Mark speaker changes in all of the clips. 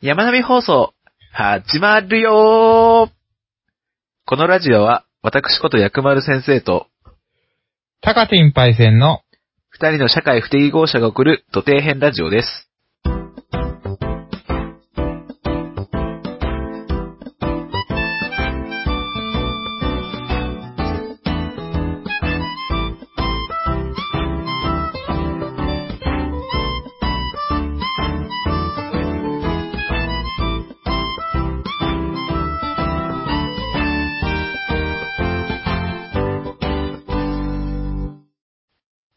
Speaker 1: 山並放送、始まるよーこのラジオは、私こと薬丸先生と、
Speaker 2: 高ティンパイセンの、
Speaker 1: 二人の社会不適合者が送る土底編ラジオです。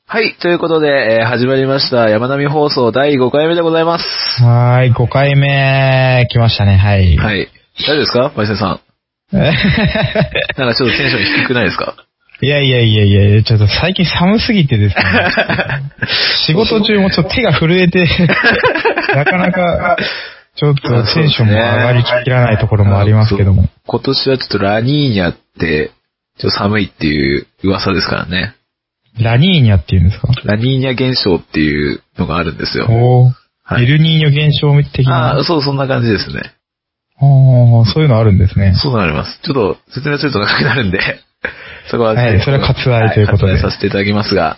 Speaker 1: はい、ということで、えー始まりました、山並放送第5回目でございます。
Speaker 2: はーい、5回目、来ましたね、はい。い。
Speaker 1: はい。大丈夫ですかパイセンさん。なんかちょっとテンション低くないですか
Speaker 2: いやいやいやいや、ちょっと最近寒すぎてです ね。仕事中もちょっと手が震 えて、なかなか、ちょっとテンションも上がりきらないところもありますけども。
Speaker 1: 今年はちょっとラニーニャって、ちょっと寒いっていう噂ですからね。
Speaker 2: ラニーニャっていうんですか
Speaker 1: ラニーニャ現象っていうのがあるんですよ。
Speaker 2: おー、
Speaker 1: はい
Speaker 2: エルニーニョ現象的
Speaker 1: ああ、
Speaker 2: な。
Speaker 1: そう、そんな感じですね。
Speaker 2: おーそういうのあるんですね。
Speaker 1: そうなります。ちょっと説明すると長くなるんで、 そこは、
Speaker 2: はいそれは割愛ということで
Speaker 1: は割愛させていただきますが、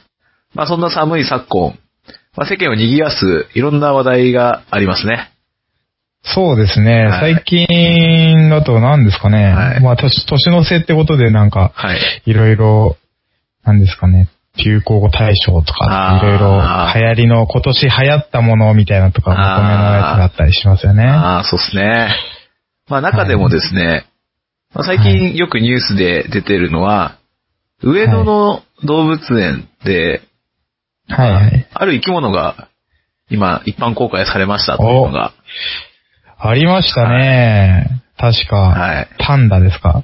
Speaker 1: まあそんな寒い昨今、まあ世間を賑わすいろんな話題がありますね。
Speaker 2: そうですね。
Speaker 1: はい
Speaker 2: 最近だと何ですかね。
Speaker 1: はい
Speaker 2: まあ、年、年の瀬ってことでなんか、
Speaker 1: はい。
Speaker 2: いろいろ、なんですかね、流行語大賞と
Speaker 1: あ
Speaker 2: か、
Speaker 1: ー
Speaker 2: いろいろ流行りの、今年流行ったものみたいなとか、まとめのやつがあったりしますよね。
Speaker 1: ああ、そうですね。まあ中でもですね、まあ最近よくニュースで出てるのは、上野の動物園で、
Speaker 2: はいはい。
Speaker 1: ある生き物が今一般公開されましたというのが、
Speaker 2: ありましたね。確か、
Speaker 1: はい。
Speaker 2: パンダで すか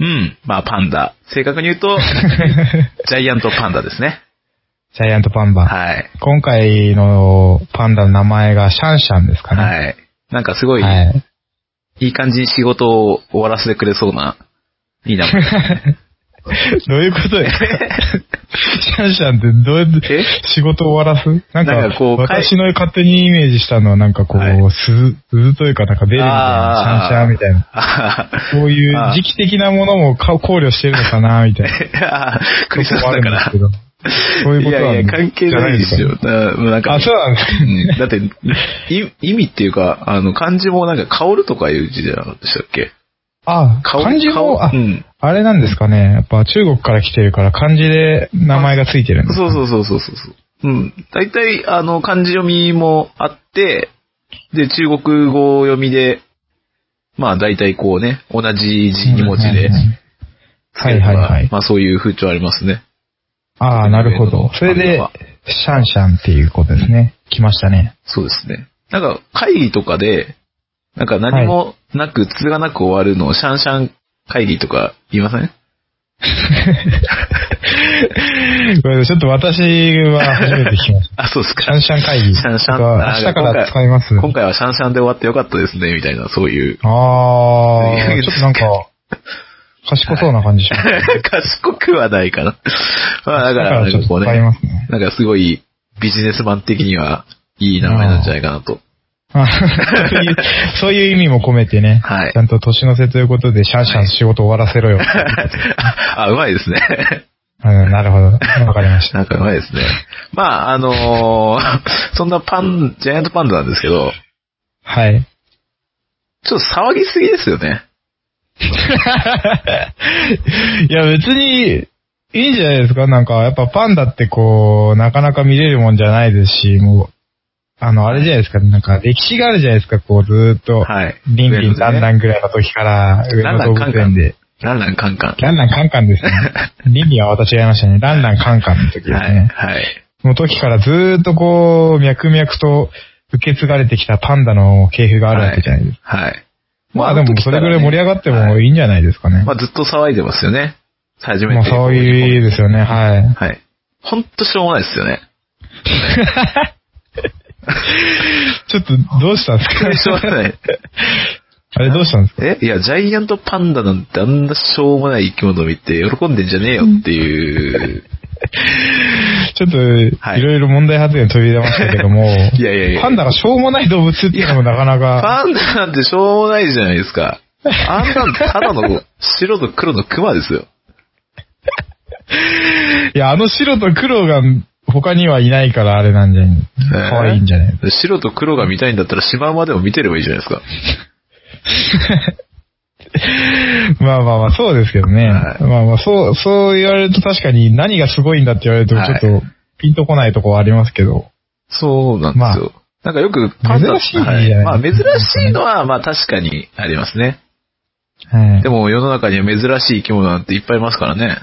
Speaker 1: うん。まあ、パンダ。正確に言う と、ジャイアントパンダですね。
Speaker 2: ジャイアントパンダ。
Speaker 1: はい。
Speaker 2: 今回のパンダの名前がシャンシャンですかね。
Speaker 1: はい。なんかすごい、、
Speaker 2: はいい。
Speaker 1: い感じに仕事を終わらせてくれそうな、いいな。
Speaker 2: どういうこ とですかシャンシャンってどうやって
Speaker 1: え
Speaker 2: 仕事を終わらすなんか、
Speaker 1: なんかこう
Speaker 2: 私の勝手にイメージしたのはなんかこう、
Speaker 1: はい
Speaker 2: 鈴、鈴というかなんかベルみたいな、
Speaker 1: あー
Speaker 2: シャンシャンみたいな。
Speaker 1: あ
Speaker 2: そういう
Speaker 1: あー
Speaker 2: 時期的なものもか考慮してるのかな、みたい な。
Speaker 1: あ クリスマスだから
Speaker 2: と。こもあるんですけど。そういう
Speaker 1: い
Speaker 2: ことなん
Speaker 1: やいや、関係ないですよ。
Speaker 2: じ
Speaker 1: だなん
Speaker 2: ゃ
Speaker 1: か
Speaker 2: ないですかあ、そうなんです
Speaker 1: う
Speaker 2: か。
Speaker 1: ん だって、い意味っていうか、あの、漢字もなんか、香るとかいう字じゃなかったでしたっけ
Speaker 2: あ、
Speaker 1: 香
Speaker 2: 漢字も、あ、
Speaker 1: うん。
Speaker 2: あれなんですかね。やっぱ中国から来てるから漢字で名前がついてるんです
Speaker 1: そうそうそうそうそうそう。うん。大体、あの、漢字読みもあって、で、中国語読みで、まあ大体こうね、同じ字2文字で
Speaker 2: うんうんうん
Speaker 1: つけるのが、
Speaker 2: はいはいはい
Speaker 1: まあそういう風潮ありますね。
Speaker 2: ああ、なるほど。それで、シャンシャンっていうことですね。来ましたね。
Speaker 1: そうですね。なんか会議とかで、なんか何もなく、つがなく終わるのをシャンシャン会議とか言いません
Speaker 2: これちょっと私は初めて聞き ました。
Speaker 1: あ、そうです
Speaker 2: シャ
Speaker 1: か。
Speaker 2: ンシャン会議。
Speaker 1: シャンシャン。
Speaker 2: が明日から使います。
Speaker 1: 今回今回はシャンシャンで終わってよかったですね、みたいな、そういう。
Speaker 2: あ
Speaker 1: い
Speaker 2: あ、
Speaker 1: う
Speaker 2: ちょっとなんか、賢そうな感じしま す。
Speaker 1: 賢くはないかな。まあだ
Speaker 2: だ
Speaker 1: か、
Speaker 2: かららち
Speaker 1: なん
Speaker 2: ょ
Speaker 1: か
Speaker 2: っと
Speaker 1: こう
Speaker 2: 使い
Speaker 1: ね、
Speaker 2: ます ね。
Speaker 1: なんかすごいビジネスマン的にはいい名前なんじゃないかなと。
Speaker 2: あそういうそういう意味も込めてね、
Speaker 1: はい
Speaker 2: ちゃんと年の瀬ということで、シャンシャン仕事終わらせ ろよ。
Speaker 1: あ、うまいですね。
Speaker 2: うん、なるほど。わかりました。
Speaker 1: なんかうまいですね。まあ、あのー そんなパン、ジャイアントパンダなんですけど、
Speaker 2: はい。
Speaker 1: ちょっと騒ぎすぎですよね。
Speaker 2: いや、別に、いいんじゃないですかなんか、やっぱパンダってこう、なかなか見れるもんじゃないですし、もう、あの、あれじゃないですか、なんか歴史があるじゃないですか、こう、ずーっと、
Speaker 1: はい。
Speaker 2: リンリン、ランラ
Speaker 1: ン。
Speaker 2: ンぐらいの時から、上
Speaker 1: ランラ
Speaker 2: 野
Speaker 1: ン
Speaker 2: 動
Speaker 1: カン
Speaker 2: 物
Speaker 1: カ
Speaker 2: 園
Speaker 1: ン
Speaker 2: で。。
Speaker 1: ランランカンカン。
Speaker 2: ランランカンカンですね。リンリンは私がいましたね。ランランカンカンの時ですね。
Speaker 1: はい。はい。
Speaker 2: の時からずーっとこう、脈々と受け継がれてきたパンダの系譜があるわけじゃないですか。
Speaker 1: はい。
Speaker 2: まあでも、それぐらい盛り上がってもいいんじゃないですかね。
Speaker 1: まあずっと騒いでますよね。初め
Speaker 2: まあ
Speaker 1: て。
Speaker 2: そういうですよね、はい。
Speaker 1: はい。ほんとしょうもないですよね。
Speaker 2: ちょっと、どうしたんです
Speaker 1: 本当にしょう
Speaker 2: か
Speaker 1: もない。
Speaker 2: あれどうしたんですか
Speaker 1: えいや、ジャイアントパンダなんてあんなしょうもない生き物見て喜んでんじゃねえよっていう。
Speaker 2: ちちょっと、
Speaker 1: はい
Speaker 2: いろいろ問題発言飛び出ましたけど も、
Speaker 1: いやいやいや
Speaker 2: パンダがしょうもない動物っていうのもなかなか、
Speaker 1: パンダなんてしょうもないじゃないです か。あんなんただの白と黒のクマですよ。
Speaker 2: いや、あの白と黒が他にはいないからあれなんじゃない可愛いんじゃない
Speaker 1: えー白と黒が見たいんだったらシマウマでも見てればいいじゃないですか。
Speaker 2: まあまあまあ、そうですけどね。
Speaker 1: はい
Speaker 2: まあまあ、そう、そう言われると確かに何がすごいんだって言われると、
Speaker 1: はい
Speaker 2: ちょっとピンとこないとこはありますけど。
Speaker 1: そうなんですよ。なんかよくパンダ
Speaker 2: 珍しいじゃ
Speaker 1: は
Speaker 2: ない
Speaker 1: い、まあ珍しいのはまあ確かにありますね。
Speaker 2: はい
Speaker 1: で。も世の中には珍しい生き物なんていっぱいいますからね。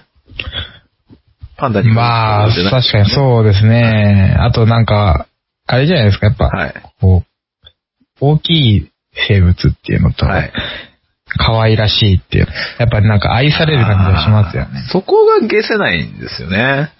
Speaker 1: パンダにも
Speaker 2: まあ、
Speaker 1: そうなんじゃない
Speaker 2: 確かにそうですね。あとなんか、あれじゃないですか、やっぱ、
Speaker 1: はい。
Speaker 2: こう、大きい生物っていうのと、
Speaker 1: はい。
Speaker 2: 可愛らしいっていう。やっぱなんか愛される感じがしますよね。
Speaker 1: そこが消せないんですよ ね。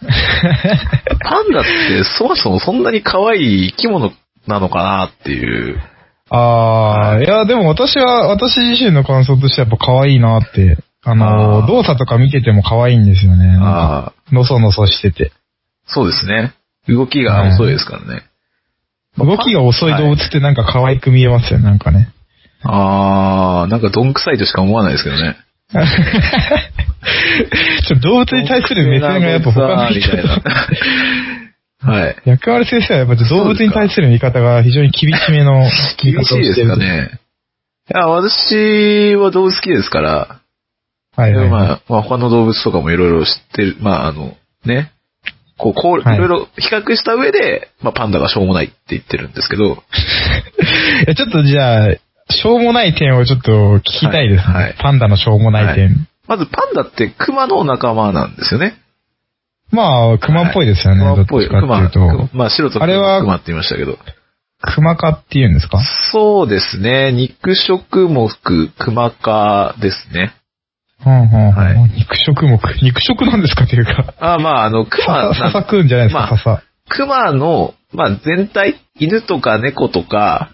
Speaker 1: パンダってそもそもそんなに可愛い生き物なのかなっていう。
Speaker 2: あ
Speaker 1: は
Speaker 2: あ、いや、でも私は、私自身の感想としてやっぱ可愛いなって、あの
Speaker 1: あー
Speaker 2: 動作とか見てても可愛いんですよね。
Speaker 1: ああ、
Speaker 2: のそのそしてて。
Speaker 1: そうですね。動きが遅いですからね。
Speaker 2: 動きが遅い動物ってなんか可愛く見えますよね、なんかね。
Speaker 1: あー、なんかどんくさいとしか思わないですけどね。
Speaker 2: ちょっと動物に対する目線がやっぱ他の
Speaker 1: み
Speaker 2: 人
Speaker 1: たいな
Speaker 2: と。。
Speaker 1: はい。
Speaker 2: 役割先生はやっぱ動物に対する見方が非常に厳しめの見
Speaker 1: 厳
Speaker 2: 方
Speaker 1: し
Speaker 2: を
Speaker 1: いで
Speaker 2: し
Speaker 1: す
Speaker 2: てる
Speaker 1: か。ね。いや、私は動物好きですから、
Speaker 2: はい、はい。
Speaker 1: まあ、まあ、他の動物とかもいろいろ知ってる、まあ、あの、ね。こう、こう、い
Speaker 2: はい
Speaker 1: ろいろ比較した上で、まあ、パンダがしょうもないって言ってるんですけど、
Speaker 2: えちょっとじゃあ、しょうもない点をちょっと聞きたいですね。
Speaker 1: はいはい
Speaker 2: パンダのしょうもない点。
Speaker 1: まずパンダってクマの仲間なんですよね。
Speaker 2: まあ、熊っぽいですよね。
Speaker 1: ク
Speaker 2: ど
Speaker 1: マっ
Speaker 2: っ
Speaker 1: ぽい。
Speaker 2: ちか
Speaker 1: クマ。
Speaker 2: っていうと。
Speaker 1: まあ、白と
Speaker 2: あれ
Speaker 1: 黒
Speaker 2: は
Speaker 1: のクマって言いましたけど。
Speaker 2: 熊科っていうんですか
Speaker 1: そうですね。肉食目、クマ科ですね。
Speaker 2: うんうん。
Speaker 1: は
Speaker 2: 肉食目。肉食なんですかっていうか。
Speaker 1: あまあ、あの、クマ
Speaker 2: さ、さ さくんじゃないですか、
Speaker 1: まあ
Speaker 2: さ
Speaker 1: クマの、まあ、全体、犬とか猫とか、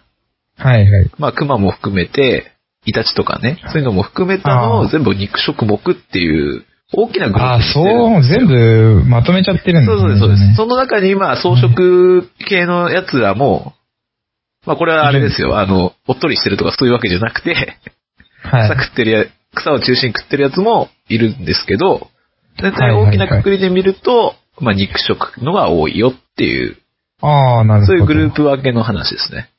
Speaker 2: さ。はいはい。
Speaker 1: まあ、クマも含めて、イタチとかね、そういうのも含めたの
Speaker 2: あ
Speaker 1: を
Speaker 2: ー
Speaker 1: 全部肉食目っていう、大きなグルー
Speaker 2: ああ
Speaker 1: プに
Speaker 2: ー、
Speaker 1: してる
Speaker 2: そう、全部まとめちゃってるんです
Speaker 1: そ
Speaker 2: ね。
Speaker 1: うそうです、そうです。
Speaker 2: ね
Speaker 1: その中に、まあ、草食系のやつらも、まあ、これはあれですよ、あの、おっとりしてるとかそういうわけじゃなくて、
Speaker 2: は
Speaker 1: 草
Speaker 2: い。
Speaker 1: 食ってるや、草を中心に食ってるやつもいるんですけど、全体
Speaker 2: はいはいは
Speaker 1: 大
Speaker 2: い
Speaker 1: きなくくりで見ると、まあ、肉食のが多いよっていう、
Speaker 2: ああ、なるほど。
Speaker 1: そういうグループ分けの話ですね。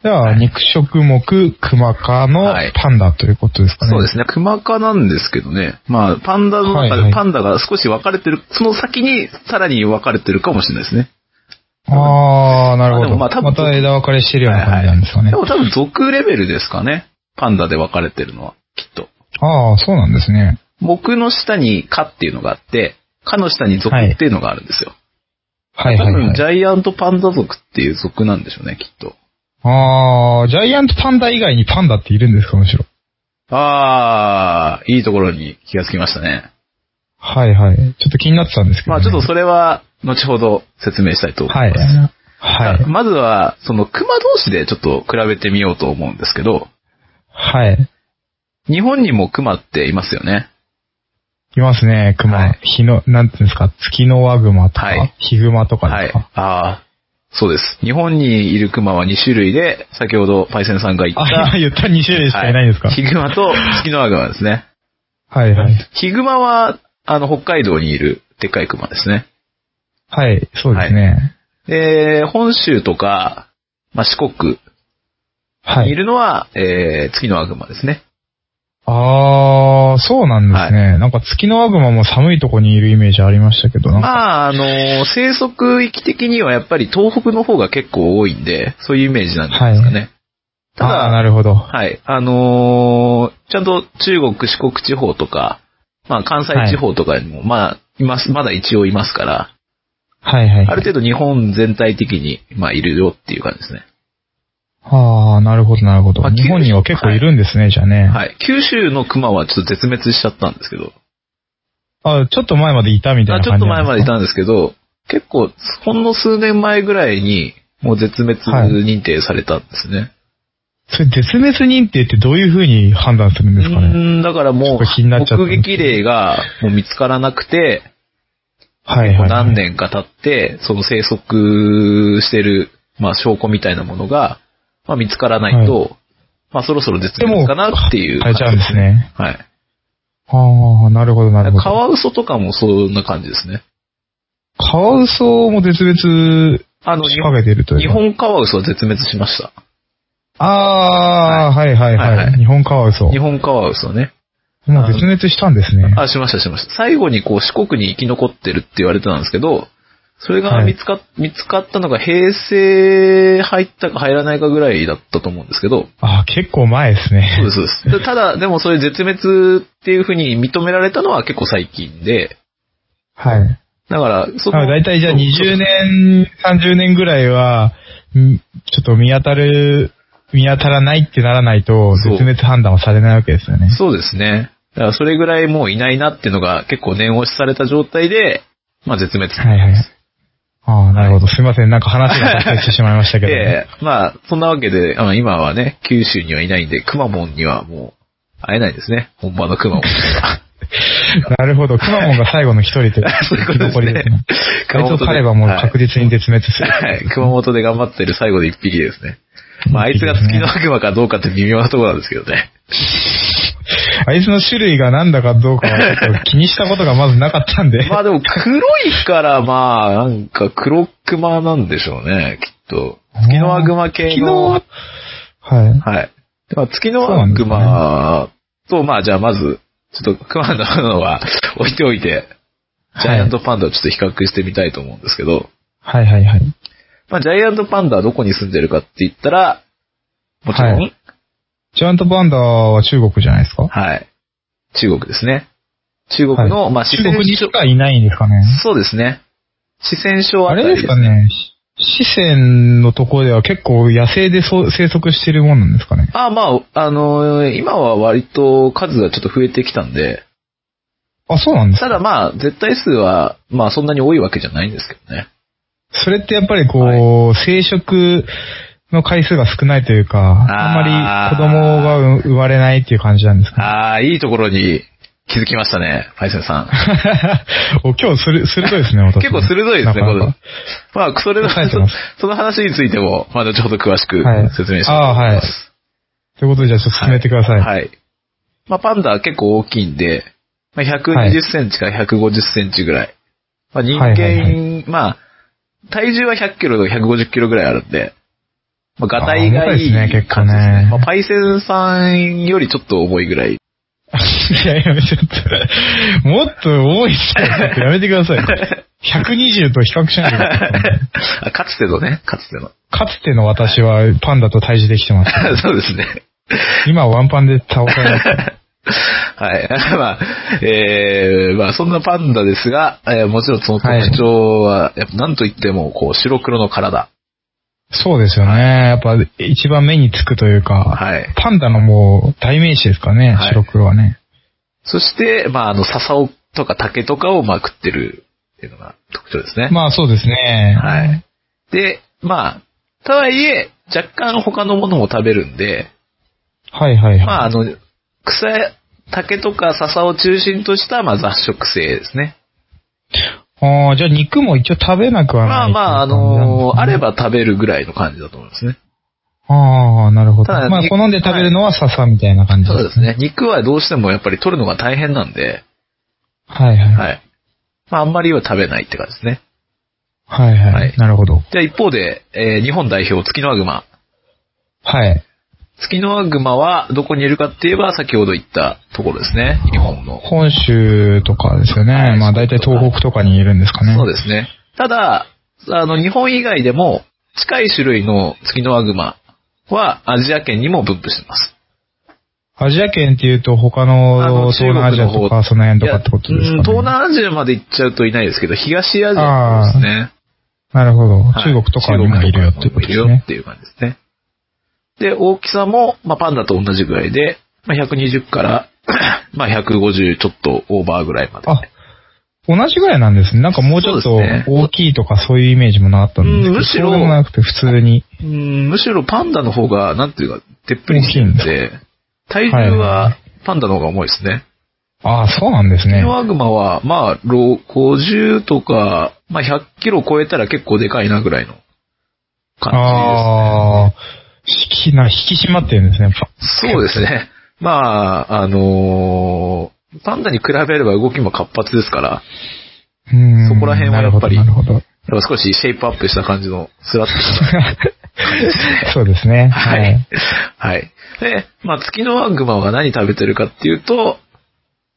Speaker 2: じゃあ、肉食目、熊科の
Speaker 1: はい
Speaker 2: パンダということですかね。
Speaker 1: そうですね。クマ科なんですけどね。まあ、パンダの中
Speaker 2: はいは
Speaker 1: で
Speaker 2: い
Speaker 1: パンダが少し分かれてる、その先にさらに分かれてるかもしれないですね。
Speaker 2: ああ、なるほ
Speaker 1: でも
Speaker 2: ど。
Speaker 1: ま
Speaker 2: ま
Speaker 1: あ多分
Speaker 2: た枝分かれしてるような感じなんですかね
Speaker 1: で。も多分属レベルですかね。パンダで分かれてるのは、きっと。
Speaker 2: ああ、そうなんですね。
Speaker 1: 木の下に科っていうのがあって、科の下に属っていうのがあるんですよ。
Speaker 2: はいはい
Speaker 1: 多分ジ
Speaker 2: はい。
Speaker 1: ャイアントパンダ属っていう属なんでしょうね、きっと。
Speaker 2: ああ、ジャイアントパンダ以外にパンダっているんですか、むしろ。
Speaker 1: あー、いいところに気がつきましたね。
Speaker 2: はいはい。ちょっと気になってたんですけ
Speaker 1: ま
Speaker 2: ど、
Speaker 1: あ
Speaker 2: ね。
Speaker 1: ちょっとそれは、後ほど説明したいと思いま
Speaker 2: は
Speaker 1: す。
Speaker 2: い。はい。
Speaker 1: まずは、その熊同士でちょっと比べてみようと思うんですけど、
Speaker 2: はい。
Speaker 1: 日本にも熊っていますよね。
Speaker 2: いますね、熊。
Speaker 1: はい
Speaker 2: 日の、なんていうんですか、月のワグマとか、
Speaker 1: はい
Speaker 2: ヒグマとか
Speaker 1: は
Speaker 2: で
Speaker 1: い
Speaker 2: すか。。
Speaker 1: ああ、そうです。日本にいる熊は2種類で、先ほどパイセンさんが言った、
Speaker 2: あ、今言った2種類しかいないんですか、
Speaker 1: は
Speaker 2: はい、
Speaker 1: ヒグマとツキノワグマですね。
Speaker 2: はいはい。
Speaker 1: ヒグマは、あの、北海道にいるでっかい熊ですね。
Speaker 2: はい、そうですね。
Speaker 1: で、本州とか、まあ、四国
Speaker 2: はい。
Speaker 1: にいるのは、えー、ツキノワグマですね。
Speaker 2: あー、そうなんですね。なんか月のワグマも寒いとこにいるイメージありましたけど、なんか
Speaker 1: まあ、あの、生息域的にはやっぱり東北の方が結構多いんで、そういうイメージなんじゃないですかね。ただ、
Speaker 2: あーなるほど。は
Speaker 1: はい。あのーちゃんと中国、四国地方とか、まあ関西地方とかにも、まあ、います、まだ一応いますから、
Speaker 2: いはい。
Speaker 1: ある程度日本全体的に、まあいるよっていう感じですね。
Speaker 2: あー、なるほどなるほど。
Speaker 1: まあ
Speaker 2: 日本には結構いるんですね、じゃあね。
Speaker 1: はい。九州の熊はちょっと絶滅しちゃったんですけど、
Speaker 2: あ、ちょっと前までいたみたい
Speaker 1: あ
Speaker 2: な
Speaker 1: ちょっ
Speaker 2: 感
Speaker 1: と
Speaker 2: じ
Speaker 1: 前までい
Speaker 2: た。
Speaker 1: たんですけど、結構、ほんの数年前ぐらいに、もう絶滅認定されたんですね。
Speaker 2: それ絶滅認定ってどういう風に判断するんですか
Speaker 1: う
Speaker 2: ね
Speaker 1: ーん、だからも
Speaker 2: ちょっと気になっ
Speaker 1: う、
Speaker 2: ちゃった
Speaker 1: 目撃例がもう見つからなくて、
Speaker 2: はいはい。
Speaker 1: 何年か経って、その生息してる、まあ、証拠みたいなものが、まあ、見つからないと、まあ、そろそろ絶
Speaker 2: でも
Speaker 1: 滅かなっていう
Speaker 2: 変
Speaker 1: 感
Speaker 2: え
Speaker 1: じ
Speaker 2: ちゃうんですね。
Speaker 1: はい。
Speaker 2: ああ、なるほど、なるほど。
Speaker 1: カワウソとかもそんな感じですね。
Speaker 2: カワウソも絶滅
Speaker 1: あの、
Speaker 2: 仕掛けてるとい
Speaker 1: 日
Speaker 2: うか。
Speaker 1: 本カワウソは絶滅しました。
Speaker 2: ああ、はいはい
Speaker 1: はい
Speaker 2: は
Speaker 1: はい
Speaker 2: い。日本カワウソ。
Speaker 1: 日本カワウソね。
Speaker 2: もう絶滅したんですね。
Speaker 1: あ、しましたしました。最後にこう四国に生き残ってるって言われてたんですけど、それが
Speaker 2: はい
Speaker 1: 見つか、見つかったのが平成入ったか入らないかぐらいだったと思うんですけど、
Speaker 2: ああ、結構前です
Speaker 1: そうで
Speaker 2: ね。
Speaker 1: す、そう です。ただ、でもそういう絶滅っていうふうに認められたのは結構最近で、
Speaker 2: はい。
Speaker 1: だから、そ
Speaker 2: だいたいじゃあ
Speaker 1: そう
Speaker 2: 20年、30年ぐらいは、んちょっと見当たる、見当たらないってならないと、
Speaker 1: そう
Speaker 2: 絶滅判断はされないわけですよね。
Speaker 1: そうですね。だからそれぐらいもういないなっていうのが結構念押しされた状態で、まあ絶滅。
Speaker 2: はいはい。ああ、なるほど。すいません。なんか話が脱線してしまいました けど、
Speaker 1: で、まあ、そんなわけで、あの今はね、九州にはいないんで、くまモンにはもう会えないですね。本場の くまモンには。
Speaker 2: なるほど。くまモンが最後の一人という
Speaker 1: そういうことですね
Speaker 2: 生き残りですね。あいつを狩ればもう確実に絶滅する。
Speaker 1: はい。熊本で頑張ってる最後で一匹ですね。まあ、あいつが月の悪魔かどうかって微妙なところなんですけどね。
Speaker 2: あいつの種類が何だかどうかはちょ っと気にしたことがまずなかったんで。
Speaker 1: まあでも黒いからまあ、なんか黒クマなんでしょうね、きっと。月の悪魔系の。
Speaker 2: 昨日ははい。
Speaker 1: はい。でまあ、月の悪魔と、まあじゃあまず、ちょっと熊ののは置いておいて、ジャイアントパンダをちょっと比較してみたいと思うんですけど、
Speaker 2: はいはいはい。
Speaker 1: まあジャイアントパンダはどこに住んでるかって言ったら、もちろん、
Speaker 2: はいジャイアントパンダは中国じゃないですか
Speaker 1: はい。中国ですね。中国の、まあ、四
Speaker 2: 中
Speaker 1: 川
Speaker 2: 国に
Speaker 1: 省
Speaker 2: し。かいないんですかね。
Speaker 1: そうですね。四川省
Speaker 2: あ
Speaker 1: あた
Speaker 2: れ
Speaker 1: り
Speaker 2: で
Speaker 1: ですす
Speaker 2: か
Speaker 1: ね。
Speaker 2: ね。し四川のところでは結構野生でそう生息してるもんなんですかね。
Speaker 1: ああ、まあ、あのー今は割と数がちょっと増えてきたんで、
Speaker 2: あ、そうなんです
Speaker 1: ただまあ、絶対数は、まあ、そんなに多いわけじゃないんですけどね。
Speaker 2: それってやっぱりこう、
Speaker 1: は
Speaker 2: 生殖の回数が少ないというか、
Speaker 1: あ
Speaker 2: あ
Speaker 1: ー
Speaker 2: んまり子供が生まれないっていう感じなんですか、ね、
Speaker 1: ああ、いいところに気づきましたね、パイセンさん。
Speaker 2: お今日する、鋭いですね、私。
Speaker 1: 結構鋭いですね、
Speaker 2: な
Speaker 1: こ
Speaker 2: かな
Speaker 1: れ
Speaker 2: か。
Speaker 1: まあ、それの、
Speaker 2: 抑えてます
Speaker 1: その話についても、まだちょっと詳しく
Speaker 2: はい
Speaker 1: 説明してもらいます。
Speaker 2: ということで、じゃあちょっと進めてください。はい。
Speaker 1: はい。まあ、パンダは結構大きいんで、まあ、120センチから150センチぐらい。まあ、人間、
Speaker 2: はいはい
Speaker 1: まあ、体重は100キロと150キロぐらいあるんで、まあ、ガタイがいい
Speaker 2: あー重いですね結構
Speaker 1: 感
Speaker 2: ね
Speaker 1: じですね。 まあ、パイセンさんよりちょっと重いぐらい。
Speaker 2: いやいや、ちょっと、もっと多いっすよやめてくだ さい。120と比較しないでください。
Speaker 1: あかつてのね、かつての。
Speaker 2: かつての私はパンダと対峙できてます。
Speaker 1: そうですね。
Speaker 2: 今はワンパンで倒されます。
Speaker 1: はい。 まあ、えー、まあ、そんなパンダですが、えーもちろんその特徴は、やっぱなんといっても、こう、白黒の体。
Speaker 2: そうですよね。やっぱ一番目につくというか、
Speaker 1: はい。
Speaker 2: パンダのもう代名詞ですかね、
Speaker 1: はい
Speaker 2: 白黒はね。
Speaker 1: そして、まあ、あの、笹をとか竹とかをまあ食ってるっていうのが特徴ですね。
Speaker 2: まあそうですね。
Speaker 1: はい。で、まあ、とはいえ、若干他のものも食べるんで、
Speaker 2: はいはいはい。
Speaker 1: まあ、あの、草、竹とか笹を中心とした、まあ、雑食性ですね。
Speaker 2: あーじゃあ肉も一応食べなくは
Speaker 1: ま
Speaker 2: な
Speaker 1: あ
Speaker 2: い。
Speaker 1: まあ、あのーあれ。ば食べるぐらいの感じだと思いますね。
Speaker 2: ああ、なるほど。
Speaker 1: ただ
Speaker 2: まあ好んで食べるのは笹みたいな感じ
Speaker 1: そうです。ね。肉はどうしてもやっぱり取るのが大変なんで、
Speaker 2: はいはい。はい
Speaker 1: はい。まあ、あんまりは食べないって感じですね。
Speaker 2: はい。
Speaker 1: はい
Speaker 2: なるほど。
Speaker 1: じゃあ一方で、えー日本代表、月のワグマ。
Speaker 2: はい。
Speaker 1: 月のワグマはどこにいるかって言えば、先ほど言ったところですね。日本の。
Speaker 2: 本州とかですよね。
Speaker 1: はい
Speaker 2: まあ大体東北とかにいるんですかね。
Speaker 1: そうですね。ただ、あの、日本以外でも、近い種類の月のワグマは、アジア圏にも分布してます。
Speaker 2: アジア圏っていうと他
Speaker 1: あ
Speaker 2: の
Speaker 1: の
Speaker 2: 東南アジアと
Speaker 1: 中国の
Speaker 2: か
Speaker 1: 方
Speaker 2: その辺とかってこと
Speaker 1: い
Speaker 2: で
Speaker 1: や
Speaker 2: すか、
Speaker 1: う
Speaker 2: ね
Speaker 1: ん、東南アジアまで行っちゃうといないですけど、東アジアですね。
Speaker 2: なるほど。
Speaker 1: はい
Speaker 2: 中国とかにもいるよっていうことで
Speaker 1: 中国とかにもい
Speaker 2: す
Speaker 1: るよ
Speaker 2: ね
Speaker 1: っ。ていう感じですね。で、大きさも、まあ、パンダと同じぐらいで、まあ、120から、 まあ、150ちょっとオーバーぐらいまで。
Speaker 2: あ、同じぐらいなんですね。なんかもうちょっと
Speaker 1: そうですね
Speaker 2: 大きいとかそういうイメージもなかったんですけ
Speaker 1: う
Speaker 2: ど、
Speaker 1: んむしろ
Speaker 2: そうでもなくて普通に。
Speaker 1: うんむしろパンダの方が、なんていうか、てっぷりしてるんで、体重
Speaker 2: はい
Speaker 1: はパンダの方が重いですね。
Speaker 2: ああ、そうなんです
Speaker 1: キ
Speaker 2: ね。
Speaker 1: ノワグマは、まあ、ろ50とか、まあ、100キロ超えたら結構でかいなぐらいの感
Speaker 2: ああ、引き、な、引き締まってるんですね、やっぱ。
Speaker 1: じです。そうですね。 まあ、あのーパンダに比べれば動きも活発ですから、
Speaker 2: うん。
Speaker 1: そこら辺はやっぱり
Speaker 2: なるほど、なるほど。
Speaker 1: やっぱ少しシェイプアップした感じのスラッとした
Speaker 2: そうですね。
Speaker 1: は。い。 はい。で、まあ、月のアグマは何食べてるかっていうと、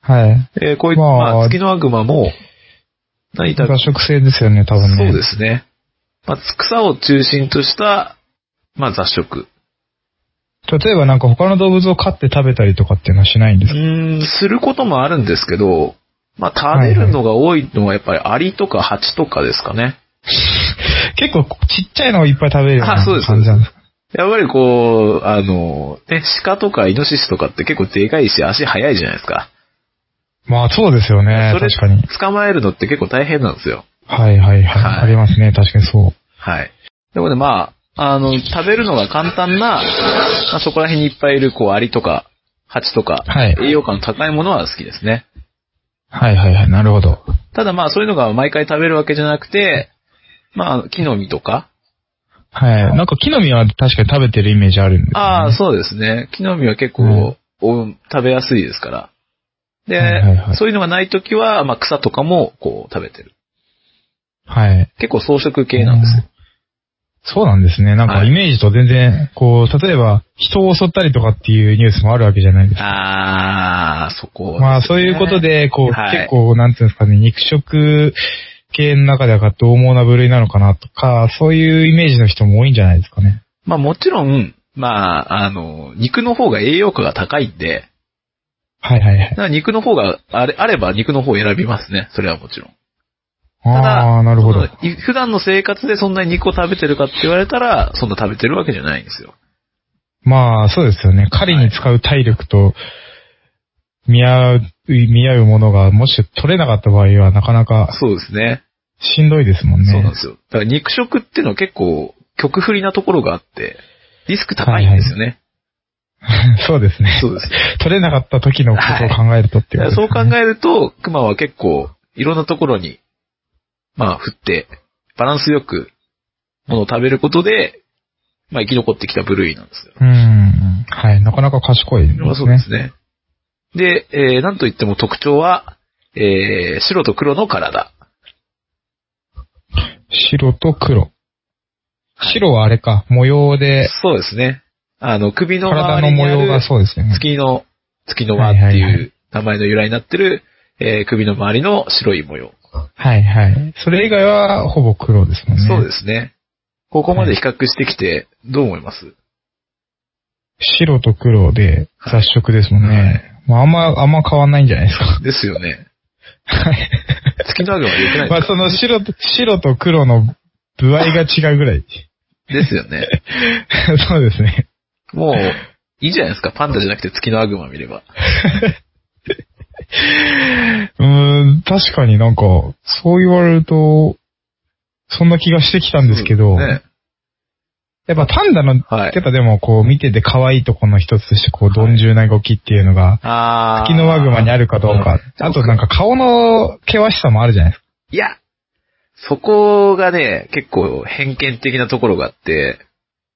Speaker 2: はい。
Speaker 1: えーこうい
Speaker 2: まあ
Speaker 1: まあ、月のアグマも、何食べ
Speaker 2: 雑食性ですよね、多分ね。
Speaker 1: そうですね。まあ、草を中心とした、まあ、雑食。
Speaker 2: 例えばなんか他の動物を飼って食べたりとかっていうのはしないんで
Speaker 1: う
Speaker 2: すか
Speaker 1: ーん、することもあるんですけど、まあ、食べるのが多いのはやっぱりアリとかハチとかですかね。
Speaker 2: 結構ちっちゃいのをいっぱい食べるよう
Speaker 1: あ
Speaker 2: な
Speaker 1: そうです
Speaker 2: 感じなんですか
Speaker 1: やっぱりこう、あの、ね、鹿とかイノシシとかって結構でかいし足速いじゃないですか。
Speaker 2: まあそうですよね、
Speaker 1: それ
Speaker 2: 確かに。
Speaker 1: 捕まえるのって結構大変なんですよ。
Speaker 2: はいはいはい。
Speaker 1: はい
Speaker 2: ありますね、確かにそう。
Speaker 1: はい。でもね、まあ、あの、食べるのが簡単な、まあ、そこら辺にいっぱいいる、こう、アリとか、ハチとか、
Speaker 2: はい
Speaker 1: 栄養価の高いものは好きですね。
Speaker 2: はいはいはい、なるほど。
Speaker 1: ただまあ、そういうのが毎回食べるわけじゃなくて、まあ、木の実とか、
Speaker 2: はい。なんか木の実は確かに食べてるイメージあるんですよね
Speaker 1: ああ、そうですね。木の実は結構、
Speaker 2: うん
Speaker 1: お食べやすいですから。で、
Speaker 2: はいはいはい
Speaker 1: そういうのがないときは、まあ、草とかも、こう、食べてる。
Speaker 2: はい。
Speaker 1: 結構草食系なんですよ。
Speaker 2: そうなんですね。なんか
Speaker 1: はい
Speaker 2: イメージと全然、こう、例えば人を襲ったりとかっていうニュースもあるわけじゃないですか。
Speaker 1: ああ、そこ、
Speaker 2: まあそういうこと。で、こう、
Speaker 1: はい
Speaker 2: 結構、なんていうんですかね、肉食系の中では獰猛な部類なのかなとか、そういうイメージの人も多いんじゃないですかね。
Speaker 1: まあもちろん、まあ、あの、肉の方が栄養価が高いんで、
Speaker 2: はいはいは
Speaker 1: だ
Speaker 2: い。
Speaker 1: から肉の方があれ、あれば肉の方を選びますね。それはもちろん。ただ
Speaker 2: ああー、なるほど。
Speaker 1: そ
Speaker 2: は
Speaker 1: のい普段の生活でそんなに肉を食べてるかって言われたら、そんな食べてるわけじゃないんですよ。
Speaker 2: まあ、そうですよね。狩りに使う体力と、見合う、見合うものが、もし取れなかった場合は、なかなか
Speaker 1: そうですね。
Speaker 2: しんどいですもんね。
Speaker 1: そうなんですよ。だから肉食っていうのは結構極不利なところがあって、リスク高いんですよね。
Speaker 2: そうですね。
Speaker 1: そうですね。
Speaker 2: 取れなかった時のことを考えるとっていうこと
Speaker 1: そう考
Speaker 2: え
Speaker 1: えると、クマは結構、いろんなところに、まあ、振って、バランスよく、ものを食べることで、まあ、生き残ってきた部類なんですよ。
Speaker 2: うん。はい。なかなか賢いです
Speaker 1: まあ
Speaker 2: ね。
Speaker 1: そうですね。で、えー、なんといっても特徴は、えー、白と黒の体。
Speaker 2: 白と黒。白はあれか、模様で、
Speaker 1: そうですね。あの、首の
Speaker 2: 体
Speaker 1: 周
Speaker 2: の
Speaker 1: りに
Speaker 2: 模
Speaker 1: あ
Speaker 2: 様が
Speaker 1: る
Speaker 2: そうですよね。
Speaker 1: 月の、月の輪って
Speaker 2: はいはい
Speaker 1: い
Speaker 2: は
Speaker 1: う名前の由来になってる、えー、首の周りの白い模様。
Speaker 2: はいはい。それ以外はほぼ黒ですもんね。。
Speaker 1: そうですすね。ここまで比較してきて、どう思います
Speaker 2: 白と黒で雑色ですもんね。まああんま、あんま変わんないんじゃないですか。
Speaker 1: ですよね。
Speaker 2: はい
Speaker 1: 月のアグマでよくない
Speaker 2: まあその白と、白と黒の具合が違うぐらい。
Speaker 1: ですよね。
Speaker 2: そうですね。
Speaker 1: もう、いいじゃないですか。パンダじゃなくて月のアグマ見れば。
Speaker 2: うーん、確かになんか、そう言われると、そんな気がしてきたんですけど、
Speaker 1: ね。
Speaker 2: やっぱパンダの、
Speaker 1: はい
Speaker 2: やっぱでもこう見てて可愛いとこの一つとして、こう、鈍重な動きっていうのが、
Speaker 1: あ
Speaker 2: 月のワグマにあるかどうか。
Speaker 1: うん
Speaker 2: あとなんか顔の険しさもあるじゃないですか。
Speaker 1: いや、そこがね、結構偏見的なところがあって、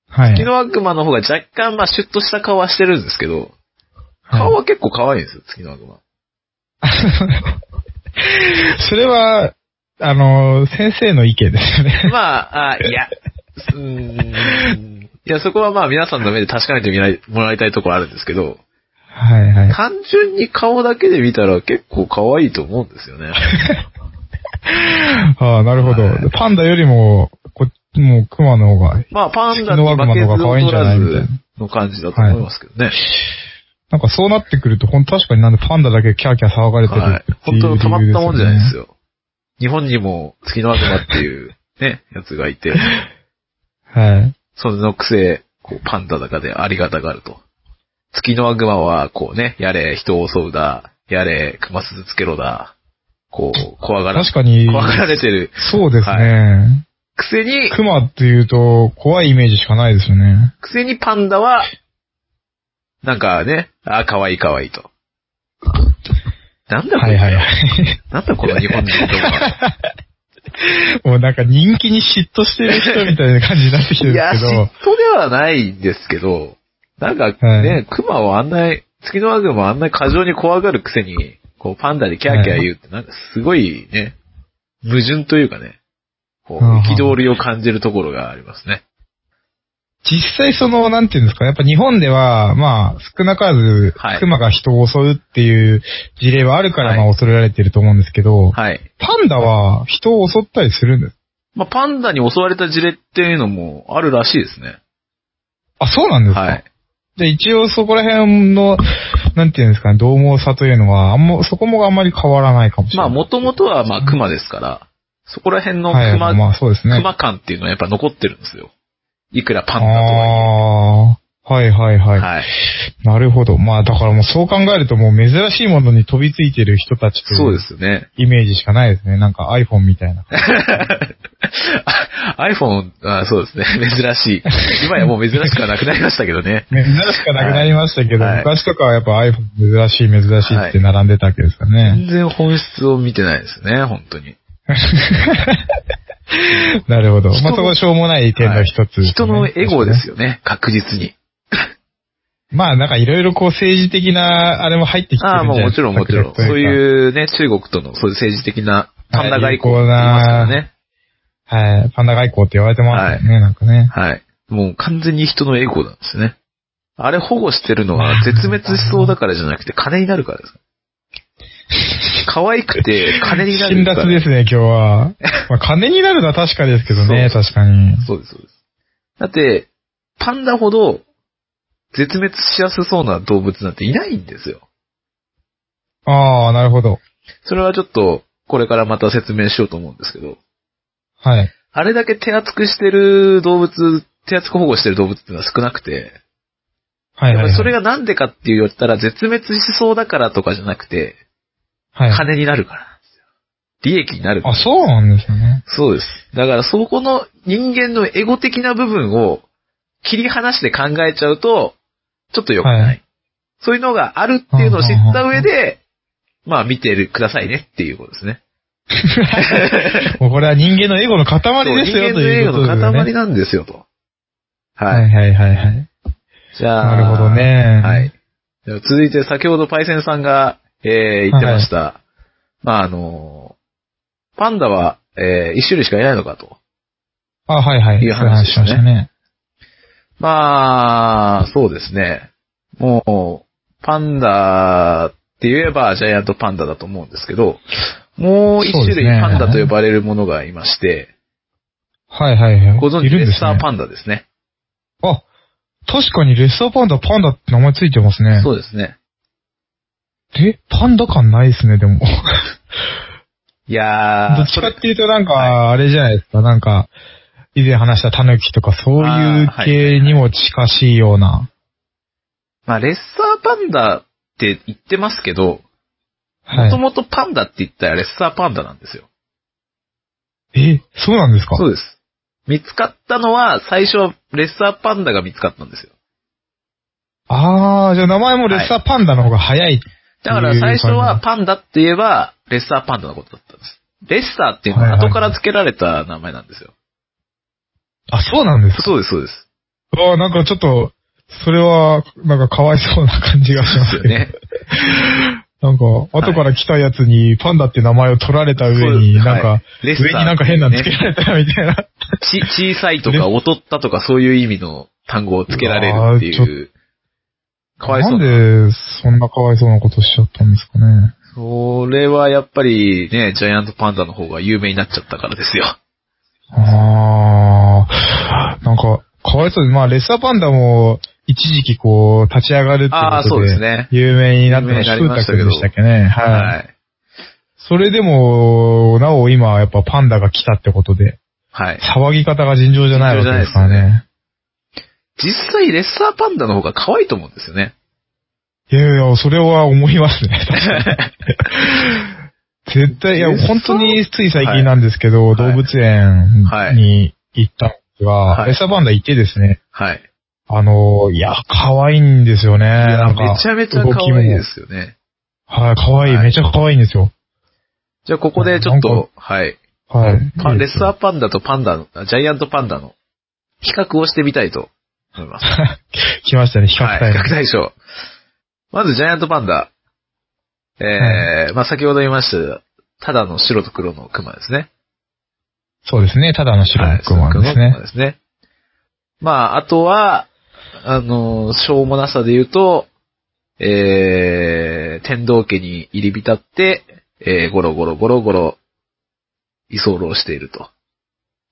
Speaker 2: は
Speaker 1: 月
Speaker 2: い。
Speaker 1: の悪魔の方が若干、まあ、シュッとした顔はしてるんですけど、顔
Speaker 2: はい
Speaker 1: は結構可愛いんですよ、月の悪魔。
Speaker 2: それは、あの、先生の意見です よね。
Speaker 1: まあ、あい や、うーん。いや、そこはまあ皆さんの目で確かめてみないもらいたいところあるんですけど、
Speaker 2: はいはい。
Speaker 1: 単純に顔だけで見たら結構可愛いと思うんです よね。
Speaker 2: ああ、なるほ
Speaker 1: は
Speaker 2: ど。パンダよりも、こもうクマの方が、
Speaker 1: まあ、パンダに負けず劣らずの感じだと思いますけどね。
Speaker 2: なんかそうなってくると、ほん確かになんでパンダだけキャーキャー騒がれてる
Speaker 1: はい
Speaker 2: っ。てい
Speaker 1: 本
Speaker 2: う理由ですよね、
Speaker 1: 当にたまったもんじゃないですよ。日本にも月の悪魔っていうね、やつがい て、
Speaker 2: はい。
Speaker 1: そのくせ、こう、パンダだかでありがたがると。月の悪魔は、こうね、やれ、人を襲うだ、やれ、熊鈴つけろだ、こう、怖がら、
Speaker 2: 確かに、
Speaker 1: 怖がられてる
Speaker 2: そうですね。
Speaker 1: くせに、
Speaker 2: クマっていうと、怖いイメージしかないですよね。
Speaker 1: くせにパンダは、なんかね、あ、かわいいかわいいと。なんだこ
Speaker 2: は
Speaker 1: れ、
Speaker 2: いはいはい。
Speaker 1: なんだこの日本人とか。
Speaker 2: もうなんか人気に嫉妬してる人みたいな感じになってきてる
Speaker 1: い
Speaker 2: んで
Speaker 1: や、
Speaker 2: すけ
Speaker 1: 嫉
Speaker 2: ど、
Speaker 1: 妬ではないんですけど、なんか
Speaker 2: は
Speaker 1: ね、熊をあんな、月のワグマをあんな過剰に怖がるくせに、こう、パンダでキャーキャー言うって、なんかすごいね、矛盾というかね、こう、
Speaker 2: うんうん
Speaker 1: 憤りを感じるところがありますね。
Speaker 2: 実際その、なんていうんですか、やっぱ日本では、まあ、少なからず
Speaker 1: はい、
Speaker 2: 熊が人を襲うっていう事例はあるから、
Speaker 1: はい
Speaker 2: まあ、恐れられてると思うんですけど、
Speaker 1: はい。
Speaker 2: パンダは人を襲ったりするんです。
Speaker 1: まあ、パンダに襲われた事例っていうのもあるらしいですね。
Speaker 2: あ、そうなんですか、
Speaker 1: はい。
Speaker 2: で、一応そこら辺の、なんていうんですかね、獰猛さというのは、あんま、そこもあんまり変わらないかもしれ
Speaker 1: ま
Speaker 2: な
Speaker 1: あ、
Speaker 2: い。
Speaker 1: もともとは、まあ、熊ですから、そこら辺の
Speaker 2: はい、
Speaker 1: 熊、
Speaker 2: まあそうですね。
Speaker 1: 熊感っていうのはやっぱ残ってるんですよ。いくらパンダとはい
Speaker 2: ああー、はいはいは
Speaker 1: え。
Speaker 2: い。
Speaker 1: はい。
Speaker 2: なるほど。まあだからもうそう考えるともう珍しいものに飛びついてる人たちと
Speaker 1: そうで
Speaker 2: いう
Speaker 1: すよね。
Speaker 2: イメージしかないですね。なんか iPhone みたいな。
Speaker 1: iPhone、あそうですね。珍しい。今やもう珍しくはなくなりましたけどね。
Speaker 2: 珍しくはなくなりましたけど、
Speaker 1: はい
Speaker 2: 昔とかはやっぱ iPhone 珍しい珍しいって並んでたわけですからね。
Speaker 1: 全然本質を見てないですね、本当に。
Speaker 2: なるほど。
Speaker 1: 人
Speaker 2: まあ
Speaker 1: の
Speaker 2: そこはしょうもない点の一つ、
Speaker 1: 人のエゴです
Speaker 2: よ。
Speaker 1: よね、確実に。
Speaker 2: まあなんかいろいろこう政治的なあれも入ってきて
Speaker 1: ああ、
Speaker 2: るんじ
Speaker 1: も
Speaker 2: ゃ
Speaker 1: う
Speaker 2: ない
Speaker 1: も
Speaker 2: です
Speaker 1: ち
Speaker 2: か。
Speaker 1: ろんもちろん。そう
Speaker 2: う。
Speaker 1: いうね、中国とのそういう政治的なパンダ外交って言いますからね。
Speaker 2: はい。パンダ外交って言われてますよね、なんかね。
Speaker 1: はい。もう完全に人のエゴなんですね。あれ保護してるのは絶滅しそうだからじゃなくて金になるからです。可愛くて金にな
Speaker 2: 辛
Speaker 1: るから。
Speaker 2: 辣ですね、今日は。 まあ、金になるのは確かですけどね、
Speaker 1: そ
Speaker 2: 確かに。
Speaker 1: そうです、そうです。だって、パンダほど絶滅しやすそうな動物なんていないんですよ。
Speaker 2: ああ、なるほど。
Speaker 1: それはちょっと、これからまた説明しようと思うんですけど、
Speaker 2: はい。
Speaker 1: あれだけ手厚くしてる動物、手厚く保護してる動物っていうのは少なくて、
Speaker 2: は
Speaker 1: や
Speaker 2: い、
Speaker 1: っ
Speaker 2: は
Speaker 1: ぱ
Speaker 2: い。
Speaker 1: りそれがなんでかって言ったら絶滅しそうだからとかじゃなくて、
Speaker 2: はい、
Speaker 1: 金になるからなんですよ。利益になるから
Speaker 2: あ、そうなんですよね。
Speaker 1: そうです。だからそこの人間のエゴ的な部分を切り離して考えちゃうと、ちょっと良くない。
Speaker 2: はい
Speaker 1: そういうのがあるっていうのを知った上で、まあ見てるくださいねっていうこと ですね。
Speaker 2: もうこれは人間のエゴの塊
Speaker 1: そう
Speaker 2: です
Speaker 1: 人間
Speaker 2: よ、と
Speaker 1: のエ
Speaker 2: いう
Speaker 1: ゴ
Speaker 2: ことです
Speaker 1: の
Speaker 2: よね。
Speaker 1: 塊なんですよと。は。
Speaker 2: はいい、はい、はい、はい。
Speaker 1: じゃあ、
Speaker 2: なるほど。ね。
Speaker 1: はい。。では続いて先ほどパイセンさんが、えー、言ってました。まああのーパンダは、えー、一種類しかいないのかと。
Speaker 2: あ、はい、はい。
Speaker 1: いう話ですね
Speaker 2: そういうしましたね。
Speaker 1: まあ、そうですね。もう、パンダって言えばジャイアントパンダだと思うんですけど、もう一種
Speaker 2: そうです
Speaker 1: 類
Speaker 2: ね
Speaker 1: パンダと呼ばれるものがいまして、
Speaker 2: はい、はい、はい。
Speaker 1: ご存
Speaker 2: い
Speaker 1: 知
Speaker 2: るん
Speaker 1: レ
Speaker 2: で
Speaker 1: ッ
Speaker 2: す
Speaker 1: サ
Speaker 2: ね
Speaker 1: ー。パンダですね。
Speaker 2: あ、確かにレッサーパンダ、パンダって名前ついてますね。
Speaker 1: そうですね。
Speaker 2: え、パンダ感ないですね、でも。
Speaker 1: いや
Speaker 2: ど
Speaker 1: ー
Speaker 2: っ、ちかっていうとなんか、あれじゃないですか、なんか、以前話したタヌキとかそういう
Speaker 1: あー
Speaker 2: 系にも近しいような。
Speaker 1: まあ、レッサーパンダって言ってますけど、
Speaker 2: は
Speaker 1: もと
Speaker 2: い。
Speaker 1: もとパンダって言ったらレッサーパンダなんですよ。
Speaker 2: え、そうなんですか
Speaker 1: そうです。見つかったのは、最初はレッサーパンダが見つかったんですよ。
Speaker 2: あー、じゃあ名前もレッサーパンダの方が早い。
Speaker 1: だから最初はパンダって言えば、レッサーパンダのことだったんです。レッサーっていうのは後から付けられた名前なんですよ。
Speaker 2: あ、そうなんですか
Speaker 1: そうです、そうです。
Speaker 2: あー、なんかちょっと、それは、なんかかわいそうな感じがし
Speaker 1: そう
Speaker 2: ま
Speaker 1: ですすよ
Speaker 2: けど。
Speaker 1: ね。
Speaker 2: なんか、後から来たやつにパンダって名前を取られた上に、
Speaker 1: そう
Speaker 2: なんか、
Speaker 1: はいレッサー
Speaker 2: 上になんか変なのつけられたみたいな。
Speaker 1: ち、小さいとか劣ったとかそういう意味の単語を付けられるっていう。かわいそうな。
Speaker 2: なんで、そんなかわいそうなことしちゃったんですかね。
Speaker 1: それはやっぱりね、ジャイアントパンダの方が有名になっちゃったから ですよ。
Speaker 2: ああ、なんか、かわいそうで、まあ、レッサーパンダも、一時期こう、立ち上がるって
Speaker 1: ああ、
Speaker 2: こ
Speaker 1: そう
Speaker 2: と
Speaker 1: です
Speaker 2: で、
Speaker 1: ね。
Speaker 2: 有名になってました。
Speaker 1: 有名になりましたけど
Speaker 2: 風太くんでしたっけね。はい。
Speaker 1: はい。
Speaker 2: それでも、なお今、やっぱパンダが来たってことで、
Speaker 1: はい。
Speaker 2: 騒ぎ方が尋常じゃないわけですからね。
Speaker 1: 実際レッサーパンダの方が可愛いと思うんですよね。
Speaker 2: いやいや、それは思いますね。 絶対、いや
Speaker 1: レッサ、ー
Speaker 2: 本当につい最近なんですけど、
Speaker 1: はい
Speaker 2: 動物園
Speaker 1: はい
Speaker 2: に行ったんですが、
Speaker 1: はい
Speaker 2: レッサーパンダ行ってですね、
Speaker 1: はい。
Speaker 2: あの、いや、可愛いんですよね。
Speaker 1: いや
Speaker 2: なんか
Speaker 1: めちゃめちゃ可愛いですよね。
Speaker 2: はい、可愛い
Speaker 1: はい
Speaker 2: めちゃ可愛いんですよ。
Speaker 1: じゃあここでちょっ
Speaker 2: なんか
Speaker 1: と、はい。
Speaker 2: はい。
Speaker 1: パ
Speaker 2: いい
Speaker 1: レ
Speaker 2: で
Speaker 1: ッ
Speaker 2: す
Speaker 1: サー
Speaker 2: よ
Speaker 1: パンダとパンダの、あジャイアントパンダの比較をしてみたいと思います。
Speaker 2: 来ましたね、比較
Speaker 1: はい、
Speaker 2: 対
Speaker 1: 比較
Speaker 2: 象。
Speaker 1: 対象。まずジャイアントパンダ。えー、まあ先ほど言いました、ただの白と黒のクマですね。
Speaker 2: そうですね、ただの白
Speaker 1: はい
Speaker 2: い熊です
Speaker 1: 白の
Speaker 2: ね
Speaker 1: 熊。ですね。まあ、あとは、あの、しょうもなさで言うと、えー、天道家に入り浸って、えー、ゴロゴロゴロゴロ、居候していると。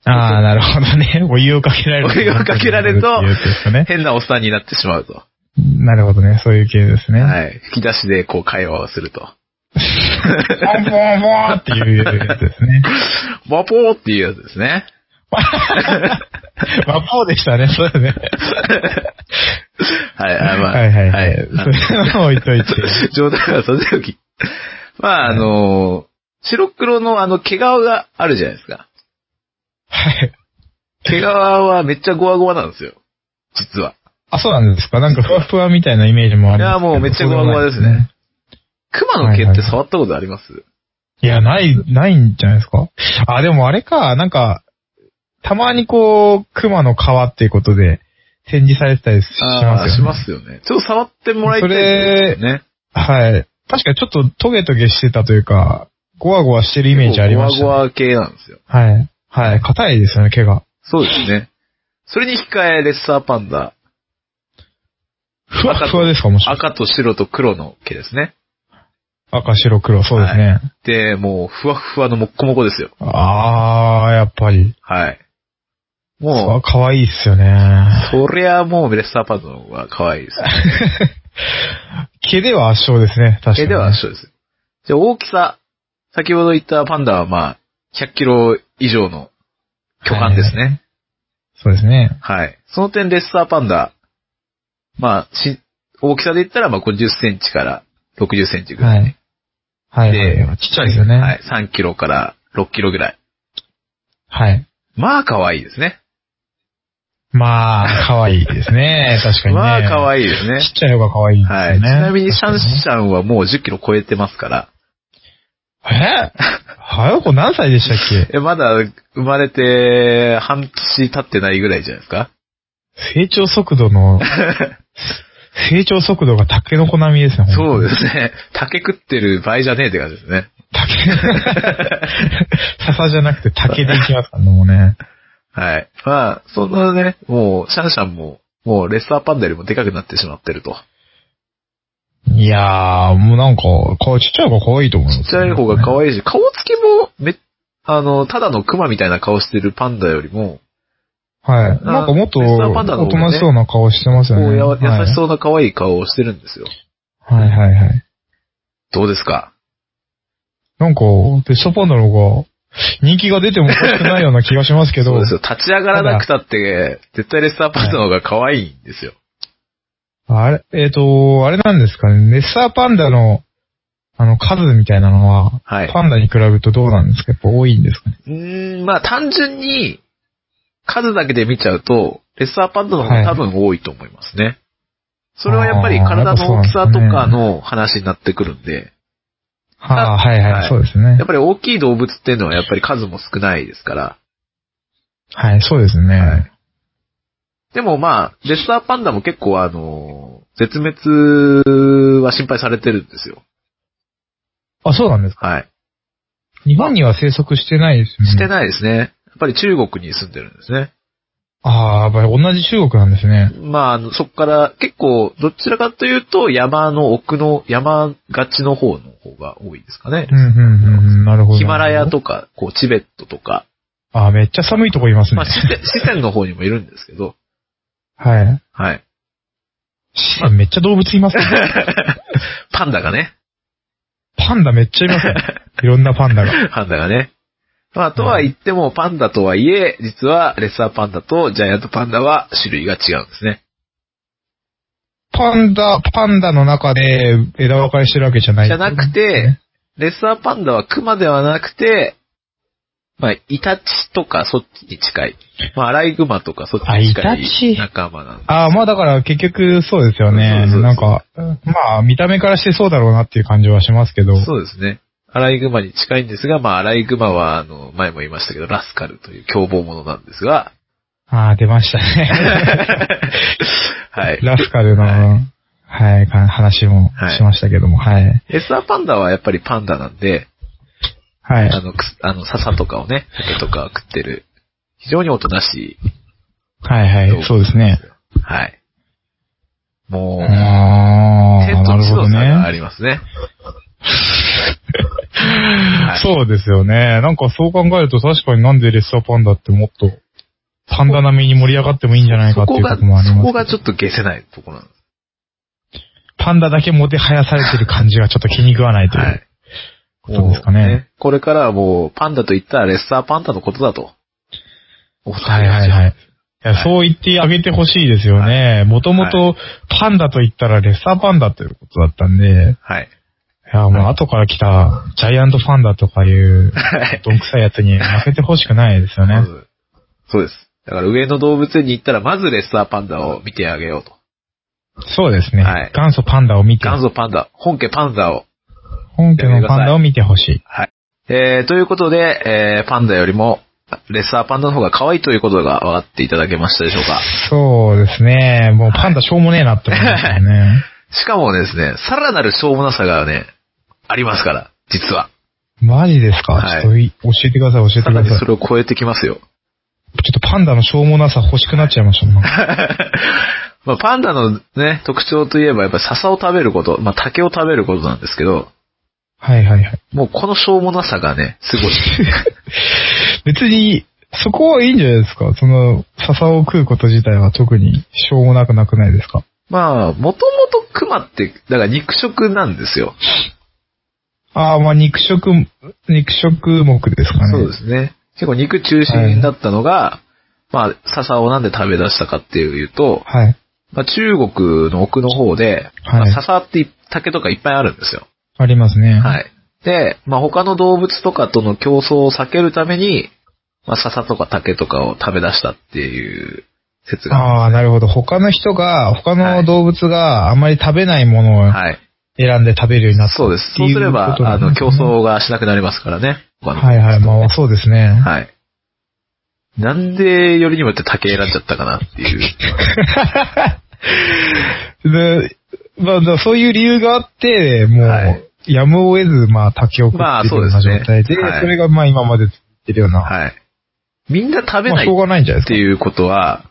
Speaker 2: ああ、なるほどね。 お湯をかけられる。
Speaker 1: お湯をかけられると
Speaker 2: っていうやつですかね
Speaker 1: 変なおっさんになってしまうと。
Speaker 2: なるほどね、そういう系ですね。
Speaker 1: はい。吹き出しでこう会話をすると。
Speaker 2: ボンボンボンっていうやつです ね。
Speaker 1: バポーっていうやつですね。
Speaker 2: まあ、ポーでしたね、そうだね。
Speaker 1: はい、あまあ、
Speaker 2: はいはいは
Speaker 1: はいい。。あ
Speaker 2: それは置いといて。
Speaker 1: 状態はさておき。まあ、あの、白黒のあの毛皮があるじゃないですか。
Speaker 2: はい。
Speaker 1: 毛皮はめっちゃゴワゴワなんですよ。実は。
Speaker 2: あ、そうなんですかなんかふわふわみたいなイメージもありますけ
Speaker 1: い
Speaker 2: ど
Speaker 1: やもうめっちゃゴワゴワですね。熊の毛って触ったことあります、
Speaker 2: いや、ない、ないんじゃないですかあ、でもあれか、なんか、たまにこう、熊の皮っていうことで展示されてたりしし
Speaker 1: あ
Speaker 2: ま
Speaker 1: あ
Speaker 2: す
Speaker 1: し
Speaker 2: よね。
Speaker 1: ますよね。ちょっと触ってもらいたいですよね。
Speaker 2: はい。確かにちょっとトゲトゲしてたというか、ゴワゴワしてるイメージありましたね、
Speaker 1: ゴワゴワ系なんですよ。
Speaker 2: はい。はい。硬いですよね、毛が。
Speaker 1: そうですね。それに控え、レッサーパンダ。
Speaker 2: ふわふわですか、もしかして
Speaker 1: 赤と白と黒の毛ですね。
Speaker 2: 赤、白、黒、そうですね。
Speaker 1: で、もう、ふわふわのもっこもこですよ。
Speaker 2: あー、やっぱり。
Speaker 1: はい。
Speaker 2: あ
Speaker 1: も
Speaker 2: 可愛いっすよね
Speaker 1: う、。そりゃもうレッサーパンダの方が可愛いですね。
Speaker 2: 毛では圧勝ですね、確かに。
Speaker 1: え、では一緒です。じゃあ大きさ。先ほど言ったパンダはまあ、100キロ以上の巨漢ですね。
Speaker 2: そうですね。
Speaker 1: はい。その点レッサーパンダ。まあ、し、大きさで言ったらまあ50センチから60センチぐら。
Speaker 2: はいい。はい。
Speaker 1: で
Speaker 2: はいちっちゃいですよね。
Speaker 1: はい。3キロから6キロぐらい。
Speaker 2: はい。
Speaker 1: まあ可愛いですね。
Speaker 2: まあ、可愛いで すね。確かにね。
Speaker 1: まあ可
Speaker 2: い
Speaker 1: 愛いですね。
Speaker 2: ちっちゃい方が可愛いですよね。
Speaker 1: はい。ちなみにシャン
Speaker 2: 確かね
Speaker 1: シャンはもう10キロ超えてますから。
Speaker 2: えはよこ何歳でしたっ け
Speaker 1: え、まだ生まれて半年経ってないぐらいじゃないですか
Speaker 2: 成長速度の、成長速度がタケノコ並みですね。。
Speaker 1: そうですすね。竹食ってる場合じゃねえって感じですね。
Speaker 2: タケ、笹じゃなくて竹でいきますからね、もうね。
Speaker 1: はい。まあ、そんなね、もう、シャンシャンも、もう、レッサーパンダよりもでかくなってしまってると。
Speaker 2: いやー、もうなんか、こうちっちゃい方が可愛いと思う、
Speaker 1: ちっちゃい方が可愛いし、顔つきも、め、あの、ただのクマみたいな顔してるパンダよりも、
Speaker 2: はい。なんかもっと、
Speaker 1: レッサーパンダの
Speaker 2: お
Speaker 1: 方
Speaker 2: と
Speaker 1: がね
Speaker 2: なしそうな顔してます
Speaker 1: こ
Speaker 2: よ
Speaker 1: う
Speaker 2: ね。
Speaker 1: やわ、
Speaker 2: は
Speaker 1: 優
Speaker 2: い
Speaker 1: しそうな可愛い顔をしてるんですよ。
Speaker 2: はいはいはい。
Speaker 1: どうですか
Speaker 2: なんか、ベストパンダの方が、人気が出てもおかしくないような気がします け
Speaker 1: そ
Speaker 2: ど
Speaker 1: うで、すよ。立ち上がらなくたって、絶対レッサーパンダの方が可愛いんですよ。
Speaker 2: あれ、えっ、と、あれなんですかね、レッサーパンダの、あの、数みたいなのは、
Speaker 1: はい。
Speaker 2: パンダに比べるとどうなんですかやっぱ多いんですかね
Speaker 1: うーん、まあ単純に、数だけで見ちゃうと、レッサーパンダの方が多分多いと思いますね。それはやっぱり体の大きさとかの話になってくるんで、
Speaker 2: はあ、はいはい、
Speaker 1: はい
Speaker 2: そうですね
Speaker 1: やっ。ぱり大きい動物っていうのはやっぱり数も少ないですから。
Speaker 2: はい、そうですね。
Speaker 1: はいでもまあ、レッサーパンダも結構あの、絶滅は心配されてるんですよ。
Speaker 2: あ、そうなんですか
Speaker 1: はい。
Speaker 2: 日本には生息してないですよね。
Speaker 1: して
Speaker 2: い。
Speaker 1: ないですね。やっぱり中国に住んでるんですね。
Speaker 2: ああ、やっぱり同じ中国なんですね。
Speaker 1: まああの、そこから結構、どちらかというと山の奥の、山がちの方の方が多いですかね
Speaker 2: う。ん、うん、うんうん、なるほど。
Speaker 1: ヒマラヤ。とか、こう、チベットとか、
Speaker 2: ああ、めっちゃ寒いとこいますね
Speaker 1: まあ、。四川四川の方にもいるんですけど、
Speaker 2: はい。
Speaker 1: はい。
Speaker 2: シーンめっちゃ動物いま すね。
Speaker 1: パンダがね、
Speaker 2: パンダめっちゃいますね。いろんなパンダ が。
Speaker 1: パンダがね。まあ、とは言っても、パンダとはいえ、実は、レッサーパンダとジャイアントパンダは種類が違うんですね。
Speaker 2: パンダ、パンダの中で枝分かれしてるわけじゃない。
Speaker 1: じゃなくて、レッサーパンダはクマではなくて、まあ、イタチとかそっちに近い。まあ、アライグマとかそっち
Speaker 2: あ
Speaker 1: に
Speaker 2: イ
Speaker 1: 近
Speaker 2: タチ
Speaker 1: い仲間なんで。
Speaker 2: ああ、まあだから結局そうですよね。
Speaker 1: そうそうそう
Speaker 2: なんか、まあ見た目からしてそうだろうなっていう感じはしますけど。
Speaker 1: そうですね。アライグマに近いんですが、まあ、アライグマは、あの、前も言いましたけど、ラスカルという凶暴者なんです が、
Speaker 2: ああ、出ましたね。
Speaker 1: はい。
Speaker 2: ラスカルの、
Speaker 1: は
Speaker 2: はい、か話もしましたけども、はい。
Speaker 1: エスアーパンダはやっぱりパンダなんで、
Speaker 2: はい。
Speaker 1: あの、くすあの、笹とかをね、竹とかを食ってる、非常におとなし
Speaker 2: はい
Speaker 1: ど
Speaker 2: は
Speaker 1: う
Speaker 2: い、そうですね。
Speaker 1: い。はい。もう、
Speaker 2: あ
Speaker 1: 天
Speaker 2: あ、な
Speaker 1: と
Speaker 2: る
Speaker 1: 地
Speaker 2: ほ
Speaker 1: の
Speaker 2: ど
Speaker 1: 差があ
Speaker 2: ね。
Speaker 1: りますね。い
Speaker 2: そうですよね。なんかそう考えると確かになんでレッサーパンダってもっと、パンダ並みに盛り上がってもいいんじゃない
Speaker 1: そ
Speaker 2: かってい
Speaker 1: こ
Speaker 2: う
Speaker 1: が、
Speaker 2: とこもあります
Speaker 1: そ
Speaker 2: けど。
Speaker 1: こがちょっと消せないところなんです。
Speaker 2: パンダだけもてはやされてる感じがちょっと気に食わないという。
Speaker 1: はい。
Speaker 2: ことですかね
Speaker 1: もうこれからはもう、パンダと言ったらレッサーパンダのことだと。思って
Speaker 2: はいはいはい。いや
Speaker 1: はい
Speaker 2: そう言ってあげてほしいですよね。もともとパンダと言ったらレッサーパンダということだったんで、
Speaker 1: はい。
Speaker 2: いやもう
Speaker 1: はい
Speaker 2: 後から来たジャイアントパンダとかいう
Speaker 1: はい。
Speaker 2: どんくさいやつに負けてほしくないですよ
Speaker 1: ま
Speaker 2: ね。
Speaker 1: ず、そうです。だから上野動物園に行ったら、まずレッサーパンダを見てあげようと。
Speaker 2: そうですね
Speaker 1: はい。
Speaker 2: 元祖パンダを見て、
Speaker 1: 元祖パンダ、本家パンダを。
Speaker 2: 本家のパンダを見てほしい。
Speaker 1: えー、ということで、えー、パンダよりも、レッサーパンダの方が可愛いということが分かっていただけましたでしょうか。
Speaker 2: そうですね。もうパンダしょうもねえなって思いましたね。
Speaker 1: しかもですね、さらなるしょうもなさがね、ありますから、実は。
Speaker 2: マジですか
Speaker 1: はい
Speaker 2: ちょっとい教えてください、教えて
Speaker 1: さ
Speaker 2: く
Speaker 1: ら
Speaker 2: だ
Speaker 1: に
Speaker 2: さい。
Speaker 1: そ
Speaker 2: ちょ
Speaker 1: れを超えてきますよ。
Speaker 2: っとパンダのしょうもなさ欲しくなっちゃいましたもん。
Speaker 1: まあ、パンダのね、特徴といえば、やっぱり笹を食べること、まあ、竹を食べることなんですけど、
Speaker 2: はいはいはい。
Speaker 1: もうこのしょうもなさがね、すごい。
Speaker 2: 別に、そこはいいんじゃないですかその、笹を食うこと自体は特にしょうもなくなくないですか
Speaker 1: まあ、もともと熊って、だから肉食なんですよ。
Speaker 2: ああ、まあ肉食、肉食目ですかね。
Speaker 1: そうですね。結構肉中心だったのが、まあ、笹をなんで食べ出したかっていうと、
Speaker 2: はい。
Speaker 1: まあ、中国の奥の方で、まあ
Speaker 2: はい
Speaker 1: 笹って竹とかいっぱいあるんですよ。
Speaker 2: ありますね。
Speaker 1: はい。で、まあ、他の動物とかとの競争を避けるために、まあ、笹とか竹とかを食べ出したっていう説が。
Speaker 2: ああ、なるほど。他の人が、他の動物があまり食べないものを
Speaker 1: はい。
Speaker 2: 選んで食べるようになった
Speaker 1: そうです。そうすれば、あの、競。
Speaker 2: っていうことなんですね
Speaker 1: 争がしなくなりますからね。他の
Speaker 2: はいはい。まあそうですね。
Speaker 1: はい。なんで、よりにもよって竹選んじゃったかなっていう。
Speaker 2: で、まあ、だからそういう理由があって、もう、
Speaker 1: はい
Speaker 2: やむを得ず、まあ、竹を食
Speaker 1: ま
Speaker 2: っ
Speaker 1: あ
Speaker 2: てる
Speaker 1: そう
Speaker 2: よ
Speaker 1: で
Speaker 2: う
Speaker 1: す
Speaker 2: な
Speaker 1: ね
Speaker 2: 状態で、そ
Speaker 1: はい
Speaker 2: れがまあ今まで続いてるような、
Speaker 1: はい。みんな食べ
Speaker 2: ま
Speaker 1: な
Speaker 2: あ
Speaker 1: い
Speaker 2: しょう
Speaker 1: っ
Speaker 2: がないんじゃない
Speaker 1: て
Speaker 2: です
Speaker 1: いうことは、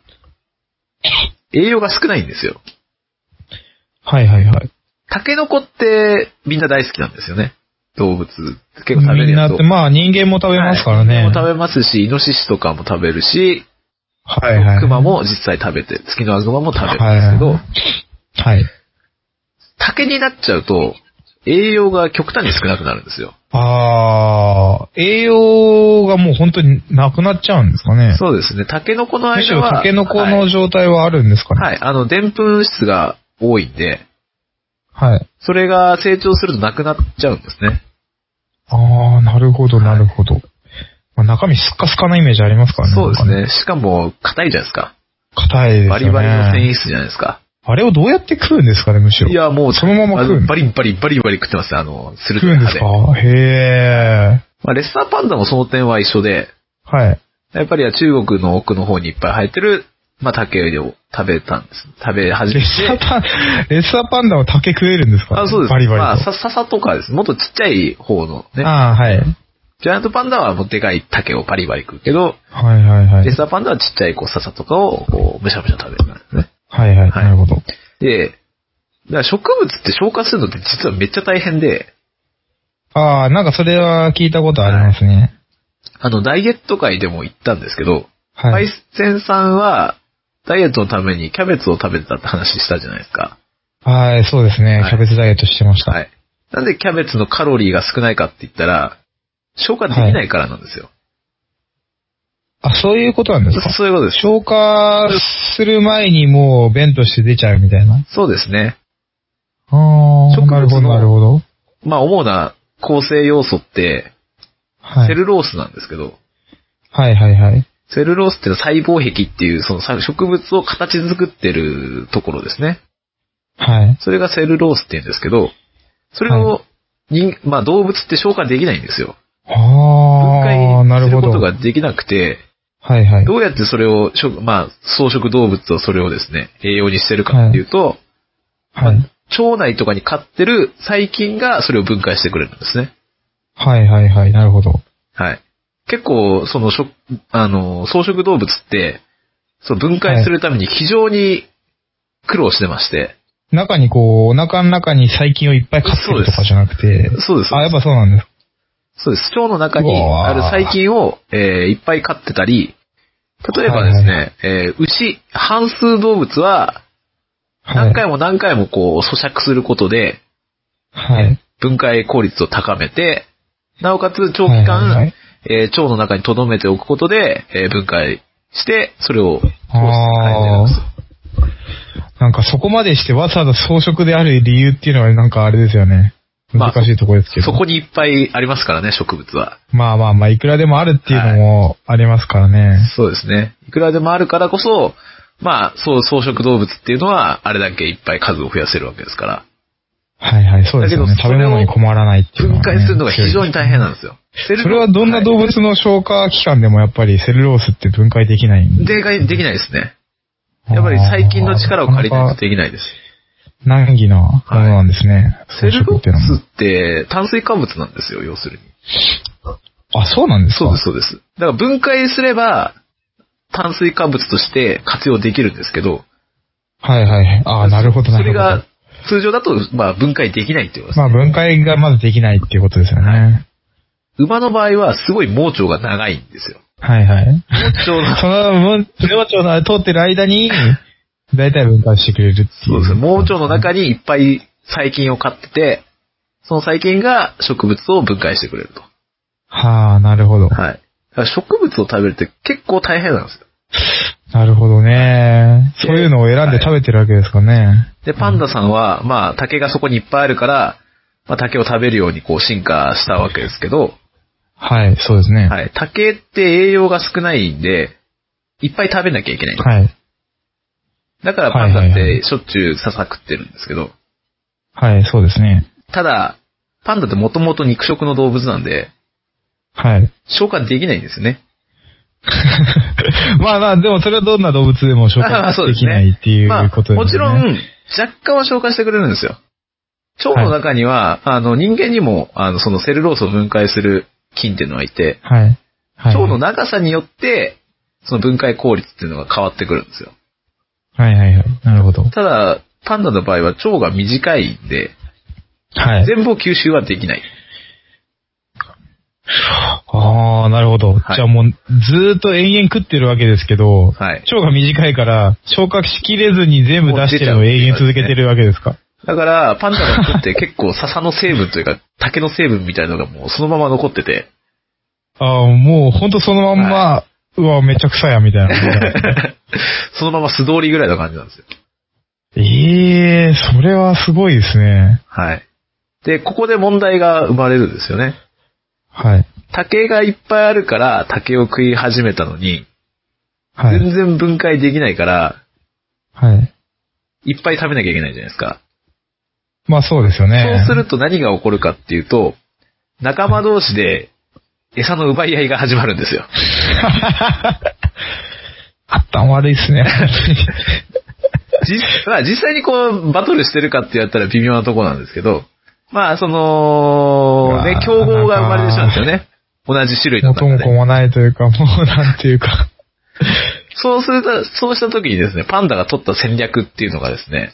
Speaker 1: 栄養が少ないんですよ。
Speaker 2: か。はいはいはい。
Speaker 1: タケノコってみんな大好きなんですよね。動物。結構食べる
Speaker 2: みん
Speaker 1: やつ
Speaker 2: なっ
Speaker 1: を
Speaker 2: て、。まあ人間も食べますからね。
Speaker 1: も食べますし、イノシシとかも食べるし、
Speaker 2: はいはい。
Speaker 1: クマも実際食べて、月のアグマも食べるんですけ
Speaker 2: は
Speaker 1: ど
Speaker 2: い、はい。
Speaker 1: 竹になっちゃうと、栄養が極端に少なくなるんですよ。
Speaker 2: ああ、栄養がもう本当になくなっちゃうんですかね。
Speaker 1: そうですね。タケノコの
Speaker 2: むし
Speaker 1: 間
Speaker 2: ろ
Speaker 1: は、
Speaker 2: タケノコ
Speaker 1: は
Speaker 2: の
Speaker 1: い、
Speaker 2: 状態はあるんですかね。
Speaker 1: はい、あの、でんぷん質が多いんで、
Speaker 2: はい。
Speaker 1: それが成長するとなくなっちゃうんですね。
Speaker 2: ああ、なるほど、なるほど。まあ、中身スッカスカなイメージありますからね。
Speaker 1: そうです
Speaker 2: なんか。
Speaker 1: ね。しかも、硬いじゃないですか。
Speaker 2: 硬いですよね。
Speaker 1: バリバリの繊維質じゃないですか。
Speaker 2: あれをどうやって食うんですかね、むしろ。
Speaker 1: いや、もう、
Speaker 2: そのまま食う
Speaker 1: あ
Speaker 2: ん
Speaker 1: のバリバリバリバリ食ってますねあの、する
Speaker 2: 食うんですかへえ。
Speaker 1: まあ、レッサーパンダもその点は一緒で、
Speaker 2: はい。
Speaker 1: やっぱり中国の奥の方にいっぱい生えてる、まあ、竹を食べたんです。食べ始
Speaker 2: レ
Speaker 1: め
Speaker 2: ッ
Speaker 1: て。
Speaker 2: サーパン、レッサーパンダを竹食えるんですか
Speaker 1: あ、そうです。
Speaker 2: バリバリと。
Speaker 1: まあ、さ、笹とかです。もっとちっちゃい方のね。
Speaker 2: ああ、はい。
Speaker 1: ジャイアントパンダはもうでかい竹をバリバリ食うけど、
Speaker 2: はいはいは
Speaker 1: レッ
Speaker 2: い。
Speaker 1: サーパンダはちっちゃいこう笹とかをこうむしゃむしゃ食べるんですね。
Speaker 2: はいはい、
Speaker 1: はい
Speaker 2: なるほど。
Speaker 1: で、だから植物って消化するのって実はめっちゃ大変で、
Speaker 2: ああ、なんかそれは聞いたことありますね。
Speaker 1: あの、ダイエット会でも言ったんですけど、
Speaker 2: は
Speaker 1: パ
Speaker 2: い
Speaker 1: イ。センさんは、ダイエットのためにキャベツを食べてたって話したじゃないですか。
Speaker 2: はい、そうですね
Speaker 1: は。い
Speaker 2: キャベツダイエットしてました。
Speaker 1: はい。なんでキャベツのカロリーが少ないかって言ったら、消化できないからなんですよ。
Speaker 2: あ、そういうことなんですか
Speaker 1: そういうことです。
Speaker 2: 消化する前にもう便として出ちゃうみたいな。
Speaker 1: そうですね。
Speaker 2: あ
Speaker 1: 植
Speaker 2: あ、
Speaker 1: 物の
Speaker 2: なるほど、なるほど。
Speaker 1: まあ、主な構成要素って、
Speaker 2: は
Speaker 1: セ
Speaker 2: い。
Speaker 1: ルロースなんですけど、
Speaker 2: はいはいはい。
Speaker 1: セルロースっていうのは細胞壁っていう、そのさ植物を形作ってるところですね。
Speaker 2: はい。
Speaker 1: それがセルロースっていうんですけど、それを人、まあ動物って消化できないんですよ。分
Speaker 2: ああ、な
Speaker 1: 解す
Speaker 2: る
Speaker 1: る
Speaker 2: ほ
Speaker 1: こと
Speaker 2: ど。
Speaker 1: ができなくて、
Speaker 2: はいはい。
Speaker 1: どうやってそれを食、まあ草食動物とそれをですね、栄養にしてるかっていうと、
Speaker 2: はい。
Speaker 1: 腸内とかに飼ってる細菌がそれを分解してくれるんですね。
Speaker 2: はいはいはい。なるほど。
Speaker 1: はい。結構、その食、あの、草食動物って、その分解するために非常に苦労してまして。
Speaker 2: 中にこう、お腹の中に細菌をいっぱい飼ってるとかじゃなくて。
Speaker 1: そうです。
Speaker 2: あ、やっぱそうなんです。
Speaker 1: そうです。腸の中に
Speaker 2: うわー
Speaker 1: ある細菌を、えーいっぱい飼ってたり、例えばです
Speaker 2: は
Speaker 1: ね、えー牛、半数動物は、
Speaker 2: は
Speaker 1: 何
Speaker 2: い。
Speaker 1: 回も何回もこう、咀嚼することで、
Speaker 2: はい。
Speaker 1: 分解効率を高めて、なおかつ長
Speaker 2: は
Speaker 1: 期
Speaker 2: いはいは
Speaker 1: 間
Speaker 2: い、
Speaker 1: えー腸の中に留めておくことで、えー分解して、それを放出する
Speaker 2: あ
Speaker 1: 感じなんです。
Speaker 2: あ。なんかそこまでしてわざわざ装飾である理由っていうのはなんかあれですよね。
Speaker 1: まあ
Speaker 2: 難しいところですけど。
Speaker 1: そこにいっぱいありますからね、植物は。
Speaker 2: まあまあまあ、いくらでもあるっていうのもありますからね。
Speaker 1: そうですね。いくらでもあるからこそ、まあ、そう、草食動物っていうのは、あれだけいっぱい数を増やせるわけですから。
Speaker 2: はいはい、そうですよ
Speaker 1: だ
Speaker 2: ね。
Speaker 1: けどそ
Speaker 2: 食
Speaker 1: れを
Speaker 2: べ物に困らないっていうの
Speaker 1: 分
Speaker 2: はね、
Speaker 1: 解するのが非常に大変
Speaker 2: な
Speaker 1: なんですよ。セル
Speaker 2: それはどんな動物の消化器官でもやっぱりセルロースって分解できないん
Speaker 1: でかい、できないですね。やっぱり細菌の力を借りないとできないです。
Speaker 2: 難儀なものなんですね。
Speaker 1: セルロー
Speaker 2: 草食っていうのも
Speaker 1: スって炭水化物なんですよ、要するに。
Speaker 2: あ、そうなんですか
Speaker 1: そうです、そうです。だから分解すれば、炭水化物として活用できるんですけど、
Speaker 2: はいはい。ああ、なるほど、な
Speaker 1: そ
Speaker 2: る
Speaker 1: れ
Speaker 2: ほど。
Speaker 1: が、通常だと、まあ、分解できないっていうことです
Speaker 2: まあ分解がまずできないっていうことですよね。
Speaker 1: 馬の場合は、すごい盲腸が長いんですよ。
Speaker 2: はいはい。
Speaker 1: 盲腸の、
Speaker 2: その、も両腸の通ってる間に、大体分解してくれるってい
Speaker 1: そう
Speaker 2: う。
Speaker 1: ですね。盲腸の中にいっぱい細菌を飼ってて、その細菌が植物を分解してくれると。
Speaker 2: はあ、なるほど。
Speaker 1: はい。だから植物を食べるって結構大変なんですよ。
Speaker 2: なるほどね。そういうのを選んで食べてるわけですかね。
Speaker 1: で、パンダさんは、まあ、竹がそこにいっぱいあるから、まあ、竹を食べるようにこう進化したわけですけど、
Speaker 2: はい、そうですね。はい。
Speaker 1: はい。竹って栄養が少ないんで、いっぱい食べなきゃいけない。
Speaker 2: はい。
Speaker 1: だからパンダ
Speaker 2: はい
Speaker 1: っ
Speaker 2: はいは
Speaker 1: て
Speaker 2: い
Speaker 1: しょっちゅう笹食ってるんですけど、
Speaker 2: そうですね。
Speaker 1: ただ、パンダってもともと肉食の動物なんで、
Speaker 2: はい。
Speaker 1: 消化できないんですよね。
Speaker 2: まあまあ、でもそれはどんな動物でも消
Speaker 1: ああ
Speaker 2: 化
Speaker 1: そう
Speaker 2: で
Speaker 1: です
Speaker 2: き
Speaker 1: ね
Speaker 2: ないってい
Speaker 1: まあ、
Speaker 2: うことですね。
Speaker 1: もちろん、若干は消化してくれるんですよ。腸の中には、あの、人間にも、あの、そのセルロースを分解する菌っていうのがいて、
Speaker 2: はい。はい。
Speaker 1: 腸の長さによって、その分解効率っていうのが変わってくるんですよ。
Speaker 2: はいはいはい。なるほど。
Speaker 1: ただ、パンダの場合は腸が短いんで、
Speaker 2: はい。
Speaker 1: 全部を吸収はできない。
Speaker 2: ああ、なるほど。
Speaker 1: はい
Speaker 2: じゃあもう、ずーっと延々食ってるわけですけど、
Speaker 1: はい。
Speaker 2: 腸が短いから、消化しきれずに全部出してるのを永遠続けてるわけですか。
Speaker 1: だから、パンダの人って結構笹の成分というか、 竹の成分みたいなのがもうそのまま残ってて、
Speaker 2: ああ、もうほんとそのまんま、うわ、めっちゃ臭いや、みたいな。
Speaker 1: そのまま素通りぐらいな感じなんですよ。
Speaker 2: ええそれはすごいですね。
Speaker 1: はい。で、ここで問題が生まれるんですよね。
Speaker 2: はい。
Speaker 1: 竹がいっぱいあるから竹を食い始めたのに、
Speaker 2: は
Speaker 1: 全
Speaker 2: い。
Speaker 1: 然分解できないから、
Speaker 2: はい。
Speaker 1: いっぱい食べなきゃいけないじゃないですか。
Speaker 2: まあそうですよね。
Speaker 1: そうすると何が起こるかっていうと、仲間同士で餌の奪い合いが始まるんですよ。
Speaker 2: 頭悪いで すね、本
Speaker 1: 実まあ、実際にこう、バトルしてるかってやったら微妙なとこなんですけど、まあ、その、
Speaker 2: うわ
Speaker 1: ね、
Speaker 2: ー
Speaker 1: 競合が生まれてしまうんですよね。同じ種類の
Speaker 2: 当に。
Speaker 1: 中
Speaker 2: 元も子
Speaker 1: で。
Speaker 2: もないというか、もうなんていうか。
Speaker 1: そうすると、そうした時にですね、パンダが取った戦略っていうのがですね、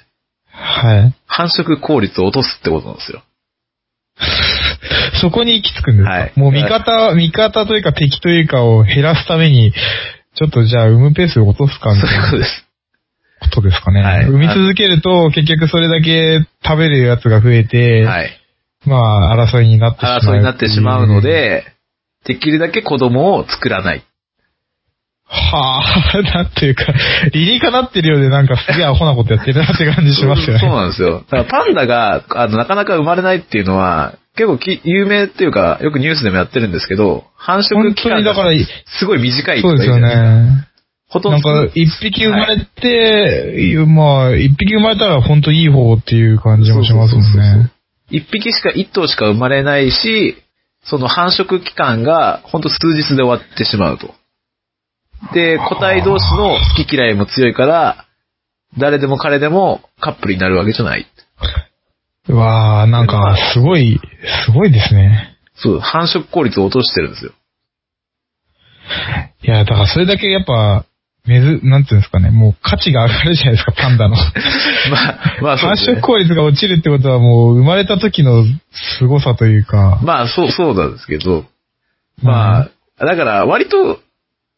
Speaker 2: はい。
Speaker 1: 繁殖効率を落とすってことなんですよ。
Speaker 2: そこに行き着くんですか、
Speaker 1: はい
Speaker 2: もう味方、味方というか敵というかを減らすために、ちょっとじゃあ、産むペースを落とす
Speaker 1: そ
Speaker 2: か
Speaker 1: う
Speaker 2: み
Speaker 1: い
Speaker 2: たいな
Speaker 1: うことです。
Speaker 2: ことですかね。
Speaker 1: はい
Speaker 2: 産み続けると、結局それだけ食べるやつが増えて、
Speaker 1: はい。
Speaker 2: まあ、争いになってしまう。
Speaker 1: 争いになってしまうの。で、できるだけ子供を作らない。
Speaker 2: はあ、なんていうか、理にかなってるようで、なんかすげえアホなことやってるなって感じしますよ
Speaker 1: そう
Speaker 2: ね。
Speaker 1: なんですよ。だからパンダが、あの、なかなか生まれないっていうのは、結構き有名っていうか、よくニュースでもやってるんですけど、繁殖期間
Speaker 2: 本当にだか
Speaker 1: が
Speaker 2: ら
Speaker 1: すごい短いと
Speaker 2: そ
Speaker 1: か
Speaker 2: うです
Speaker 1: 言
Speaker 2: よ
Speaker 1: うじゃないですか。
Speaker 2: ね。
Speaker 1: ほと
Speaker 2: なん
Speaker 1: んど、
Speaker 2: か、一匹生まれて、まあ、一匹生まれたら本当いい方っていう感じもしますもん
Speaker 1: そうそうそうそう
Speaker 2: ね。
Speaker 1: 一匹しか、一頭しか生まれないし、その繁殖期間が、ほんと数日で終わってしまうと。で、個体同士の好き嫌いも強いから、誰でも彼でもカップルになるわけじゃない。
Speaker 2: うわあなんか、すごい、すごいですね。
Speaker 1: そう、繁殖効率を落としてるんですよ。
Speaker 2: いや、だからそれだけやっぱ、めず、なんていうんですかね、もう価値が上がるじゃないですか、パンダの。
Speaker 1: まあ、まあそう
Speaker 2: 繁
Speaker 1: ですね
Speaker 2: 殖効率が落ちるってことはもう、生まれた時の凄さというか。
Speaker 1: まあ、そう、そうなんですけど、まあ、だから、割と、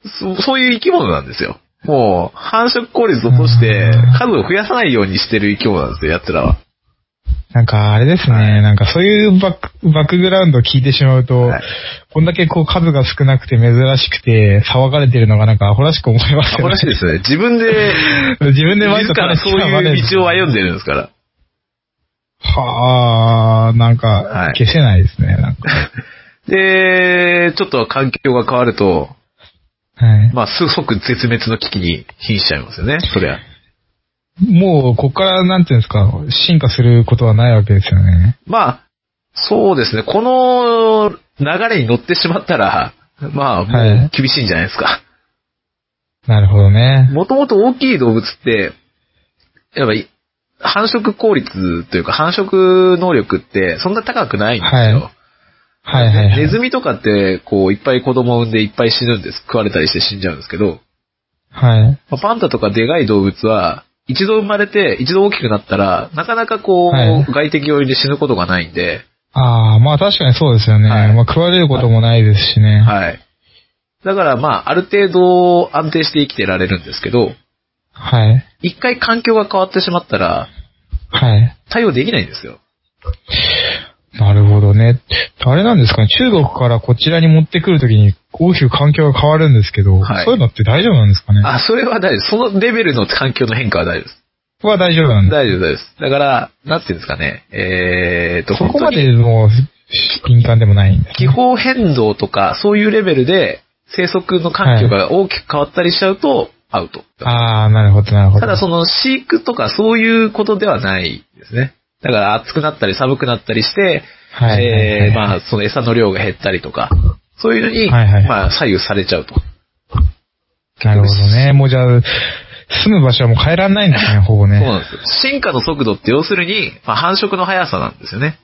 Speaker 1: そそういう生き物なんですよ。もう、繁殖効率を落として
Speaker 2: うん、
Speaker 1: 数を増やさないようにしてる生き物なんですよ、奴らは。
Speaker 2: なんかあれですね、なんかそういうバックバックグラウンドを聞いてしまうと、
Speaker 1: はい
Speaker 2: こんだけこう数が少なくて珍しくて騒がれてるのがなんかアホらしく思いますよ
Speaker 1: アホらしいですね。自分 で、
Speaker 2: 自分でわ
Speaker 1: 自らそういう道を歩んでるんですから。
Speaker 2: はあ、な
Speaker 1: は
Speaker 2: んか
Speaker 1: い、
Speaker 2: 消せないですね、なんか。
Speaker 1: で、ちょっと環境が変わると、
Speaker 2: はい。
Speaker 1: まあ、す即絶滅の危機に瀕しちゃいますよね、そりゃ。
Speaker 2: もう、こっから、なんていうんですか、進化することはないわけですよね。
Speaker 1: まあ、そうですね、この流れに乗ってしまったら、まあ、
Speaker 2: は
Speaker 1: もう
Speaker 2: い
Speaker 1: 厳しいんじゃないですか。
Speaker 2: なるほどね。
Speaker 1: もともと大きい動物って、やっぱり、繁殖効率というか繁殖能力ってそんな高くないんですよ。
Speaker 2: はいはいはい。
Speaker 1: ネズミとかって、こう、いっぱい子供を産んでいっぱい死ぬんです。食われたりして死んじゃうんですけど、
Speaker 2: はい。
Speaker 1: まあパンダとかでかい動物は、一度生まれて、一度大きくなったら、なかなかこう、
Speaker 2: はい
Speaker 1: 外敵寄りで死ぬことがないんで、
Speaker 2: ああ、まあ確かにそうですよね。
Speaker 1: はい
Speaker 2: まあ食われることもないですしね。
Speaker 1: はい。だからまあ、ある程度安定して生きてられるんですけど、
Speaker 2: はい。
Speaker 1: 一回環境が変わってしまったら、
Speaker 2: はい。
Speaker 1: 対応できないんですよ。
Speaker 2: なるほどね。あれなんですかね、中国からこちらに持ってくるときに大きく環境が変わるんですけど、
Speaker 1: はい
Speaker 2: そういうのって大丈夫なんですかね
Speaker 1: あ、それは大丈夫。そのレベルの環境の変化は大丈夫です。
Speaker 2: は大丈夫なんで
Speaker 1: 大丈夫です。だから、なんていうんですかね、えーと、
Speaker 2: す。そこま
Speaker 1: 本当に
Speaker 2: でもう敏感でもないんですね、
Speaker 1: 気候変動とか、そういうレベルで、生息の環境が大きく変わったりしちゃうと、アウト。
Speaker 2: ああ、なるほど、なるほど。
Speaker 1: ただその飼育とかそういうことではないですね。だから暑くなったり寒くなったりして、
Speaker 2: はいはいはい
Speaker 1: えーまあその餌の量が減ったりとか、そういうのに、
Speaker 2: はいはい
Speaker 1: まあ左右されちゃうと。
Speaker 2: なるほどね。もうじゃあ、住む場所はもう変えらんないんです ね、ほぼ
Speaker 1: そう
Speaker 2: ね。
Speaker 1: なんですよ。進化の速度って要するに、まあ、繁殖の速さなんですよね。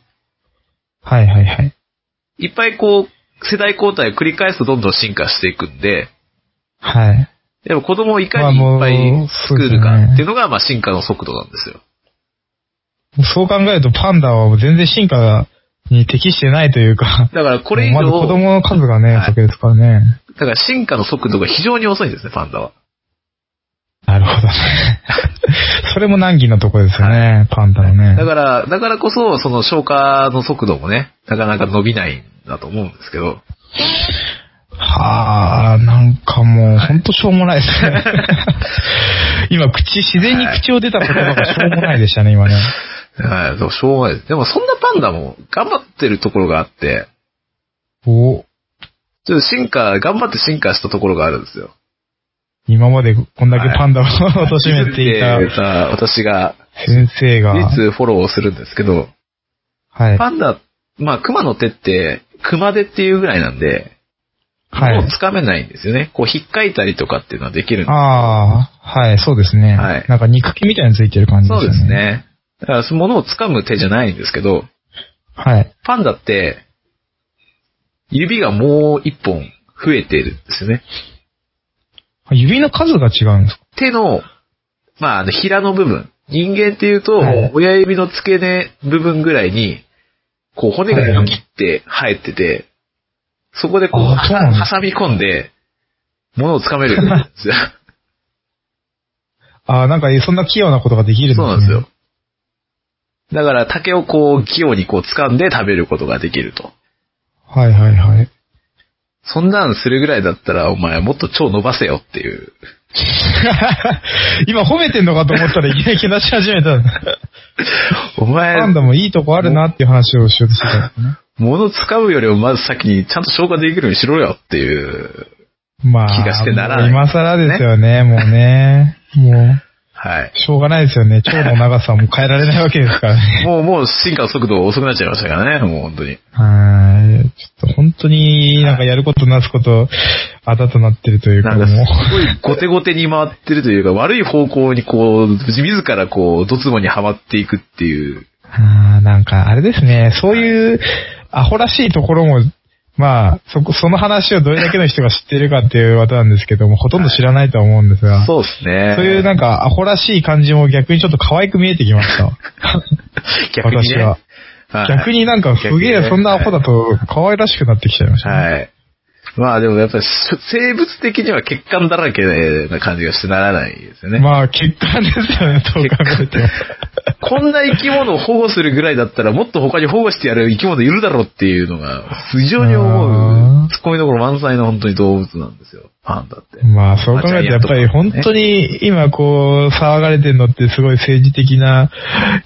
Speaker 2: はいはいはい。
Speaker 1: いっぱいこう、世代交代を繰り返すとどんどん進化していくんで、
Speaker 2: はい。
Speaker 1: でも子供をいかにいっぱい作るかっていうのが、まあ進化の速度なんですよ。
Speaker 2: そう考えるとパンダはもう全然進化に適してないというか、
Speaker 1: だからこれ以
Speaker 2: ま
Speaker 1: 上
Speaker 2: だ、子供の数がね、
Speaker 1: はい
Speaker 2: だけですからね。
Speaker 1: だから進化の速度が非常に遅いんですね、パンダは。
Speaker 2: なるほどね。 それも難儀なとこですよね、パンダのね
Speaker 1: だ。から、だからこそ、その消化の速度もね、なかなか伸びないんだと思うんですけど、
Speaker 2: はあ、なんかもう、ほんとしょうもないですね。 今、口、自然に口を出た言葉がしょうもないでしたね、今ね。
Speaker 1: はい、でもしょうがないです。でもそんなパンダも頑張ってるところがあって、
Speaker 2: お
Speaker 1: ちょっと進化、頑張って進化したところがあるんですよ。
Speaker 2: 今までこんだけパンダを貶めていた
Speaker 1: でさ私が、
Speaker 2: 先生が。
Speaker 1: いつフォローをするんですけど、
Speaker 2: はい。
Speaker 1: パンダ、まあ、熊の手って、熊手っていうぐらいなんで、
Speaker 2: は
Speaker 1: もう
Speaker 2: い。
Speaker 1: つかめないんですよね。こう、引っかいたりとかっていうのはできるんです
Speaker 2: ああ、はい、そうですね。
Speaker 1: はい
Speaker 2: なんか肉球みたいについてる感じです
Speaker 1: そう
Speaker 2: よね。
Speaker 1: です。ね。だから、そのものをつかむ手じゃないんですけど、
Speaker 2: はい。
Speaker 1: パンダって、指がもう一本増えてるんですよね。
Speaker 2: 指の数が違うんですか
Speaker 1: 手の、まあ、あの、平の部分。人間っていうと、
Speaker 2: はい
Speaker 1: 親指の付け根部分ぐらいに、こう骨がよきって生えてて、そこでこう、
Speaker 2: あそうなんです
Speaker 1: 挟み込んで、物をつ かめるん ですよ。
Speaker 2: ああ、なんかそんな器用なことができるんです
Speaker 1: そう
Speaker 2: ね。
Speaker 1: なんですよ。。だから竹をこう、器用にこう掴んで食べることができると。
Speaker 2: はいはいはい。
Speaker 1: そんなんするぐらいだったら、お前もっと腸伸ばせよっていう。
Speaker 2: 今褒めてんのかと思ったらいきなりけなし始めた。
Speaker 1: お前、
Speaker 2: パンダもいいとこあるなっていう話をしようとしてたんですね。
Speaker 1: 物使うよりもまず先にちゃんと消化できるようにしろよっていう。
Speaker 2: まあ、
Speaker 1: 気がしてならない
Speaker 2: もう今更ですよね、もうね。も
Speaker 1: はい。
Speaker 2: う、しょうがないですよね。腸の長さも変えられないわけですからね。
Speaker 1: もう、もう進化速度遅くなっちゃいましたからね、もう本当に。
Speaker 2: はい。ちょっと本当になんかやることなすこと、あだとなってるというか、
Speaker 1: なん
Speaker 2: も
Speaker 1: か
Speaker 2: う。
Speaker 1: すごい後手後手に回ってるというか、悪い方向にこう、自らこう、ドツボにはまっていくっていう。
Speaker 2: あーなんか、あれですね、そういう、アホらしいところも、まあ、そこ、その話をどれだけの人が知っているかっていうことなんですけども、ほとんど知らないとは思うんですが、
Speaker 1: そうですね。
Speaker 2: そういうなんか、アホらしい感じも逆にちょっと可愛く見えてき ました。
Speaker 1: 逆に、ね、
Speaker 2: 私は。
Speaker 1: はい
Speaker 2: 逆になんか、すげ
Speaker 1: 逆にね
Speaker 2: え、そんなアホだと、可愛らしくなってきちゃいましたね。
Speaker 1: はい。まあでもやっぱり生物的には血管だらけな感じがしてならないですよね。
Speaker 2: まあ、欠陥ですよね、どう考えても。
Speaker 1: こんな生き物を保護するぐらいだったらもっと他に保護してやる生き物いるだろうっていうのが非常に思
Speaker 2: あ
Speaker 1: う、ツッコミどころ満載の本当に動物なんですよ。パンダって。
Speaker 2: まあ、そう考えてやっぱり本
Speaker 1: に
Speaker 2: 当に今こう騒がれてるのってすごい政治的な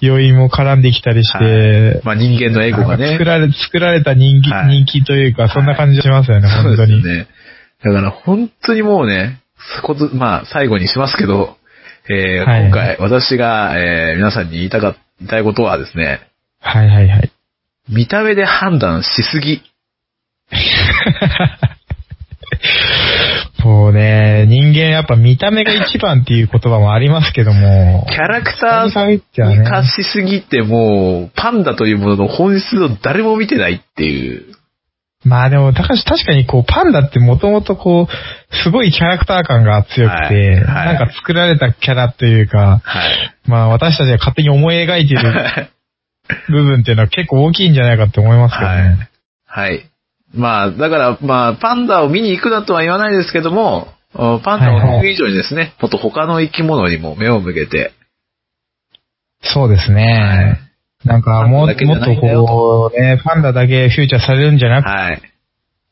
Speaker 2: 要因も絡んできたりして、
Speaker 1: まあ人間のエゴが
Speaker 2: なんか
Speaker 1: ね
Speaker 2: 作。られ、作られた人気、
Speaker 1: はい
Speaker 2: 人気というか、そんな感じしますよね、
Speaker 1: そう
Speaker 2: 本
Speaker 1: で
Speaker 2: 当
Speaker 1: す
Speaker 2: に。
Speaker 1: ね。だから本当にもうね、そこと、まあ最後にしますけど、えー
Speaker 2: はい
Speaker 1: 今回私が、えー皆さんに言いたか、言いたいことはですね、
Speaker 2: はいはいはい。
Speaker 1: 見た目で判断しすぎ。
Speaker 2: もうね、人間やっぱ見た目が一番っていう言葉もありますけども
Speaker 1: キ、ャラクタ
Speaker 2: そ
Speaker 1: ー
Speaker 2: れに限ってはね
Speaker 1: に化しすぎてもう、パンダというものの本質を誰も見てないっていう。
Speaker 2: まあでも、高橋確かにこう、パンダってもともとこう、すごいキャラクター感が強く
Speaker 1: はいは
Speaker 2: て、
Speaker 1: い
Speaker 2: なんか作られたキャラというか、
Speaker 1: はい。
Speaker 2: まあ私たちが勝手に思い描いてる部分っていうのは結構大きいんじゃないかって思いますけどね。
Speaker 1: はい。まあ、だから、まあ、パンダを見に行くなとは言わないですけども、おパンダを見る以上にですね、もっと他の生き物にも目を向けて、
Speaker 2: そうですね。なんかもう、
Speaker 1: パンダだけじ
Speaker 2: も
Speaker 1: ゃ
Speaker 2: っ
Speaker 1: ないんだよ
Speaker 2: とこう、ね、パンダだけフューチャーされるんじゃなく
Speaker 1: はい。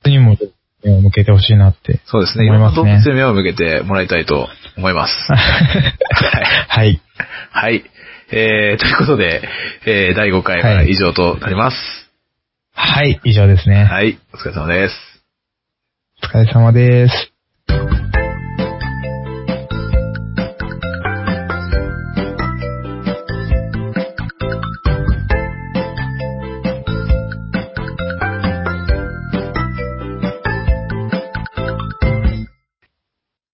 Speaker 2: てにも目を向けてほしいな って。
Speaker 1: そうですね、い
Speaker 2: 思
Speaker 1: ろ
Speaker 2: い
Speaker 1: ん
Speaker 2: ま
Speaker 1: な動物
Speaker 2: すね
Speaker 1: に目を向けてもらいたいと思います。はい。
Speaker 2: はい。
Speaker 1: はい。えー、ということで、えー、第5回は以上となります。
Speaker 2: はい、以上ですね。
Speaker 1: はい、お疲れ様です。
Speaker 2: お疲れ様です。